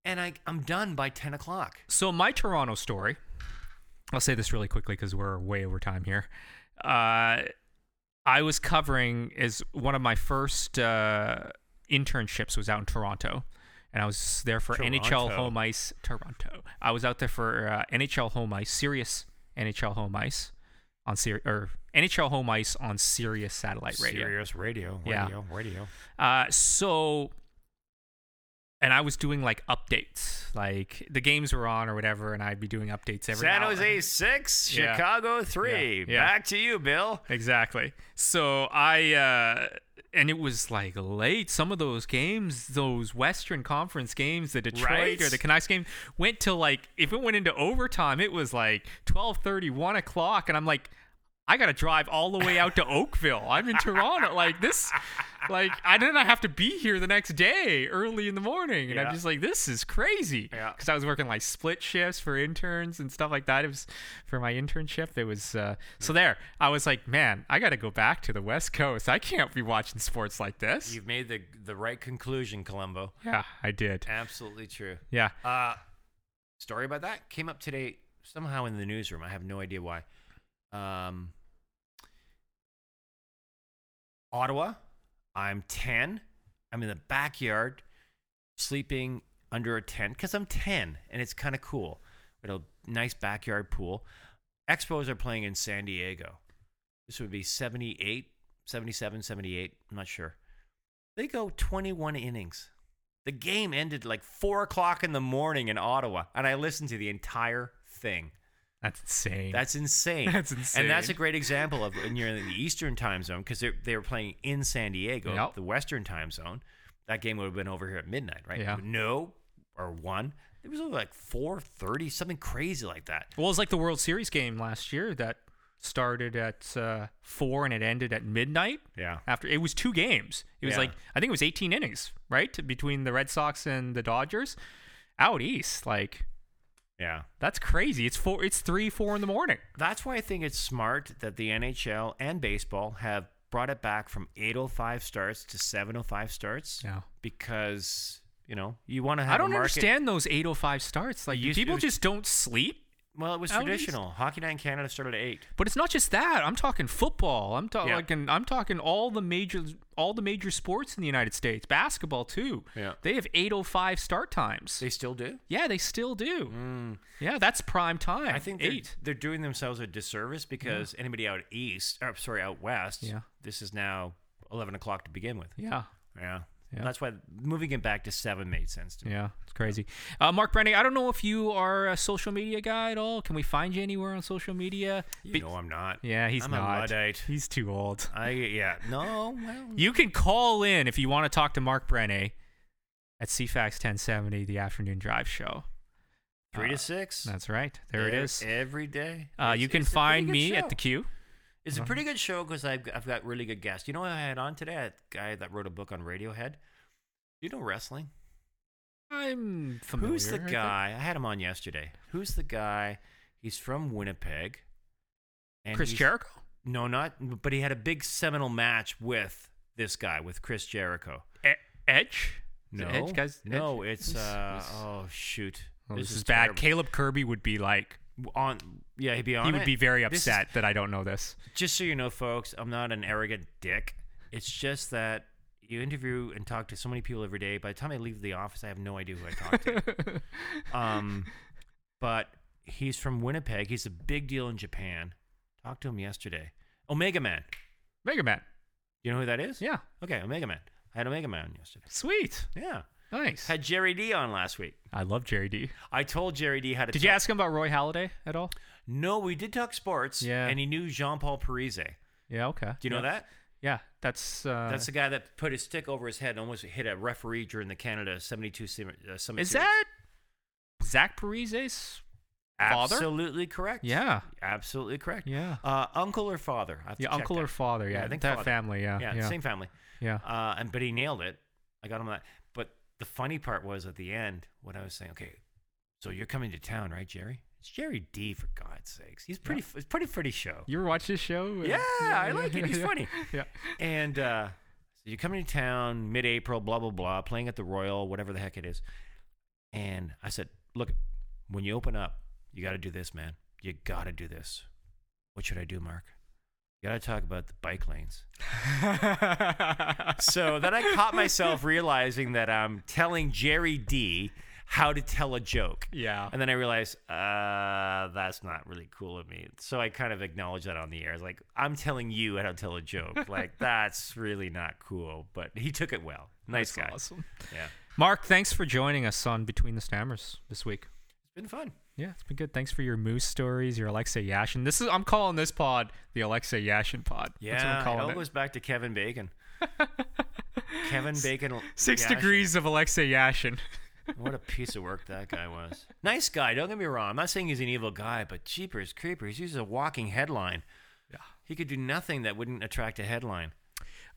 F: and I I'm done by ten o'clock.
E: So my Toronto story. I'll say this really quickly because we're way over time here. Uh, I was covering is one of my first uh, internships was out in Toronto, and I was there for NHL
F: Toronto.
E: home ice Toronto. I was out there for uh, NHL home ice, serious NHL home ice on Sir or NHL home ice on Sirius satellite radio.
F: Serious radio,
E: Yeah.
F: radio, radio.
E: Uh, so, and I was doing like updates, like the games were on or whatever, and I'd be doing updates every
F: San
E: hour.
F: Jose six,
E: Yeah.
F: Chicago three.
E: Yeah. Yeah.
F: Back to you, Bill.
E: Exactly. So I, uh, and it was like late. Some of those games, those Western Conference games, the Detroit
F: Right?
E: or the Canucks game, went till like if it went into overtime, it was like 12:30, 1 o'clock, and I'm like. I gotta drive all the way out to Oakville. I'm in Toronto. Like this, like I didn't have to be here the next day early in the morning, and
F: Yeah.
E: I'm just like, this is crazy.
F: Yeah.
E: Because I was working like split shifts for interns and stuff like that. It was for my internship. It was uh, so there. I was like, man, I got to go back to the West Coast. I can't be watching sports like this.
F: You've made the the right conclusion, Columbo.
E: yeah, I did.
F: Absolutely true.
E: Yeah.
F: Uh, story about that came up today somehow in the newsroom. I have no idea why. Um, Ottawa. I'm 10. I'm in the backyard sleeping under a tent because I'm 10 and it's kind of cool. With a nice backyard pool. Expos are playing in San Diego. This would be 78, 77, 78. I'm not sure. They go 21 innings. The game ended like four o'clock in the morning in Ottawa, and I listened to the entire thing.
E: That's insane.
F: That's insane.
E: That's insane.
F: And that's a great example of when you're in the Eastern time zone because they they were playing in San Diego,
E: Yep.
F: the Western time zone. That game would have been over here at midnight, right?
E: Yeah.
F: No, or one. It was like four thirty, something crazy like that.
E: well, it's like the World Series game last year that started at uh, four and it ended at midnight.
F: Yeah.
E: After it was two games. It was
F: Yeah.
E: like I think it was 18 innings, right, between the Red Sox and the Dodgers, out east. Like
F: Yeah.
E: that's crazy. It's four. It's three, four in the morning.
F: That's why I think it's smart that the NHL and baseball have oh brought it back from 805 starts to 705 starts.
E: Yeah.
F: Because You know, you want to have.
E: I
F: a
E: don't
F: market-
E: understand those 805 starts. Like,
F: It
E: do
F: used-
E: people
F: it was-
E: just don't sleep?
F: Well, it was
E: How do you-
F: traditional. Hockey night in Canada started at eight.
E: But it's not just that. I'm talking football. I'm talking.
F: Yeah.
E: I'm talking all the major, all the major sports in the United States. Basketball too.
F: Yeah.
E: They have 8:05 start times.
F: They still do.
E: yeah, they still do. Yeah, that's prime time.
F: I think they're,
E: eight.
F: they're doing themselves a disservice because anybody out east, or sorry, out west,
E: Yeah.
F: this is now eleven o'clock to begin with.
E: Yeah.
F: Yeah.
E: Yeah.
F: That's why moving it back to seven made sense to me.
E: Yeah, it's crazy. Uh, Mark Brenning, I don't know if you are a social media guy at all. Can we find you anywhere on social media?
F: You
E: Be-
F: know I'm not.
E: yeah, he's
F: I'm
E: not.
F: a Luddite.
E: He's too old.
F: I yeah. No, well
E: You can call in if you want to talk to Mark Brenning at CFAX 1070, the afternoon drive show.
F: three
E: Uh,
F: to six.
E: That's right. There it
F: ev-
E: is.
F: Every day.
E: Uh,
F: It's-
E: you can
F: it's a pretty
E: find
F: good
E: me at
F: show.
E: the Q.
F: It's
E: Uh-huh.
F: a pretty good show because I've, I've got really good guests. You know what I had on today? That guy that wrote a book on Radiohead. You know wrestling?
E: I'm familiar.
F: Who's the
E: I think.
F: guy? I had him on yesterday. Who's the guy? He's from Winnipeg. And
E: Chris
F: he's-
E: Jericho.
F: No, not. But he had a big seminal match with this guy, with Chris Jericho.
E: E- Edge. Is
F: No,
E: it Edge guys.
F: no,
E: Edge?
F: it's
E: This-
F: uh,
E: this-
F: oh shoot,
E: oh, this, is, bad.
F: terrible.
E: Caleb Kirby would be like,
F: on yeah, he'd be on.
E: he would
F: it.
E: be very
F: This is-
E: upset that I don't know this.
F: just so you know, folks, I'm not an arrogant dick. It's just that you interview and talk to so many people every day. By the time I leave the office, I have no idea who I talk to. um, but he's from Winnipeg. He's a big deal in Japan. Talked to him yesterday. Omega Man.
E: Mega Man.
F: You know who that is?
E: Yeah.
F: Okay, Omega Man. I had Omega Man yesterday.
E: Sweet.
F: Yeah.
E: Nice.
F: Had Jerry D on last week.
E: I love Jerry D.
F: I told Jerry D how to.
E: Did you
F: talk-
E: ask him about Roy Halladay at all?
F: No, we did talk sports.
E: Yeah.
F: And he knew Jean Paul Parise.
E: Yeah. Okay.
F: Do you know that?
E: Yeah. That's. Uh,
F: That's the guy that put his stick over his head and almost hit a referee during the Canada 72 Summit. Uh, Summit
E: Is
F: Series.
E: that Zach Parise's father?
F: Absolutely correct.
E: Yeah.
F: Absolutely correct.
E: Yeah.
F: Uh, uncle or father? I have to
E: Yeah,
F: check
E: uncle
F: that.
E: or father? Yeah,
F: I think
E: that
F: father.
E: family. Yeah,
F: Yeah,
E: yeah.
F: same family.
E: Yeah.
F: Uh, and But he nailed it. I got him that. But the funny part was at the end when I was saying, okay, so you're coming to town, right, Jerry? It's Jerry D, for God's sakes. He's pretty, It's pretty, pretty show.
E: You ever watch this show?
F: Yeah, I like it. He's funny.
E: Yeah.
F: And uh, so you're coming to town mid April, blah, blah, blah, playing at the Royal, whatever the heck it is. And I said, Look, when you open up, you got to do this, man. You got to do this. What should I do, Mark? You got to talk about the bike lanes. So then I caught myself realizing that I'm telling Jerry D how to tell a joke.
E: Yeah.
F: And then I realized, uh, that's not really cool of me. So I kind of acknowledged that on the air. It's like, I'm telling you how to tell a joke. Like, that's really not cool. But he took it well. Nice
E: That's
F: guy.
E: Awesome.
F: Yeah.
E: Mark, thanks for joining us on Between the Stammers this week.
F: It's been fun.
E: Yeah, it's been good. Thanks for your moose stories, your Alexa Yashin. This is I'm calling this pod the Alexa Yashin pod. That's what
F: Yeah.
E: I'm
F: It all
E: calling it.
F: goes back to Kevin Bacon. Kevin Bacon.
E: Six
F: Yashin.
E: degrees of Alexa Yashin.
F: What a piece of work that guy was. Nice guy. Don't get me wrong. I'm not saying he's an evil guy, but cheapers, creepers. He's a walking headline. Yeah. He could do nothing that wouldn't attract a headline.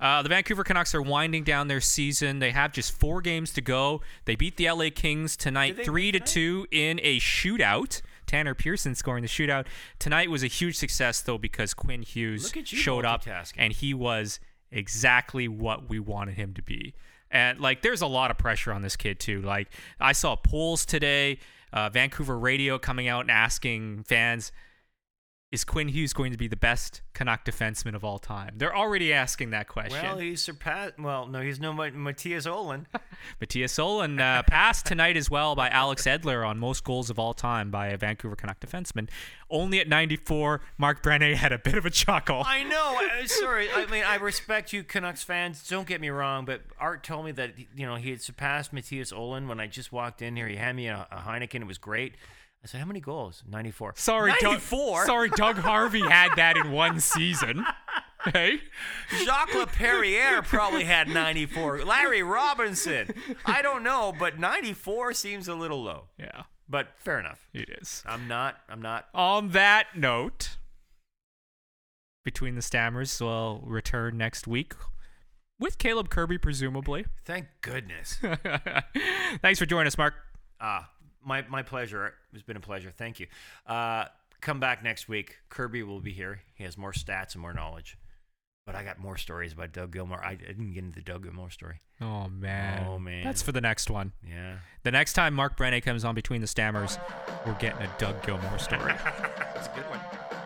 E: Uh, the Vancouver Canucks are winding down their season. They have just four games to go. They beat the LA Kings tonight,
F: Did they
E: three
F: win
E: to
F: tonight?
E: two in a shootout. Tanner Pearson scoring the shootout tonight was a huge success though because Quinn Hughes
F: Look at you
E: showed up
F: multitasking.
E: and he was exactly what we wanted him to be. And like, there's a lot of pressure on this kid too. Like, I saw polls today, uh, Vancouver radio coming out and asking fans, is Quinn Hughes going to be the best Canuck defenseman of all time? They're already asking that question.
F: Well, he surpassed. Well, no, he's no Ma- Matthias Olin.
E: Matthias Olin uh, passed tonight as well by Alex Edler on most goals of all time by a Vancouver Canuck defenseman. Only at 94, Mark Brené had a bit of a chuckle.
F: I know. I- Sorry. I mean, I respect you, Canucks fans. Don't get me wrong, but Art told me that you know he had surpassed Matthias Olin when I just walked in here. He handed me a, a Heineken. It was great. I said, "How many goals? Ninety-four.
E: Sorry, Doug,
F: ninety-four.
E: sorry, Doug Harvey had that in one season. Hey,
F: Jacques Laperriere probably had ninety-four. Larry Robinson. I don't know, but ninety-four seems a little low.
E: yeah,
F: But fair enough.
E: it is.
F: I'm not. I'm not.
E: On that note, between the stammers will return next week with Caleb Kirby, presumably.
F: Thank goodness.
E: Thanks for joining us, Mark.
F: Ah, my my pleasure. It's been a pleasure. Thank you. Uh, come back next week. Kirby will be here. He has more stats and more knowledge. But I got more stories about Doug Gilmore. I I didn't get into the Doug Gilmore story.
E: Oh man.
F: Oh, man.
E: That's for the next one.
F: Yeah.
E: The next time Mark Brene comes on between the stammers, we're getting a Doug Gilmore story.
F: That's a good one.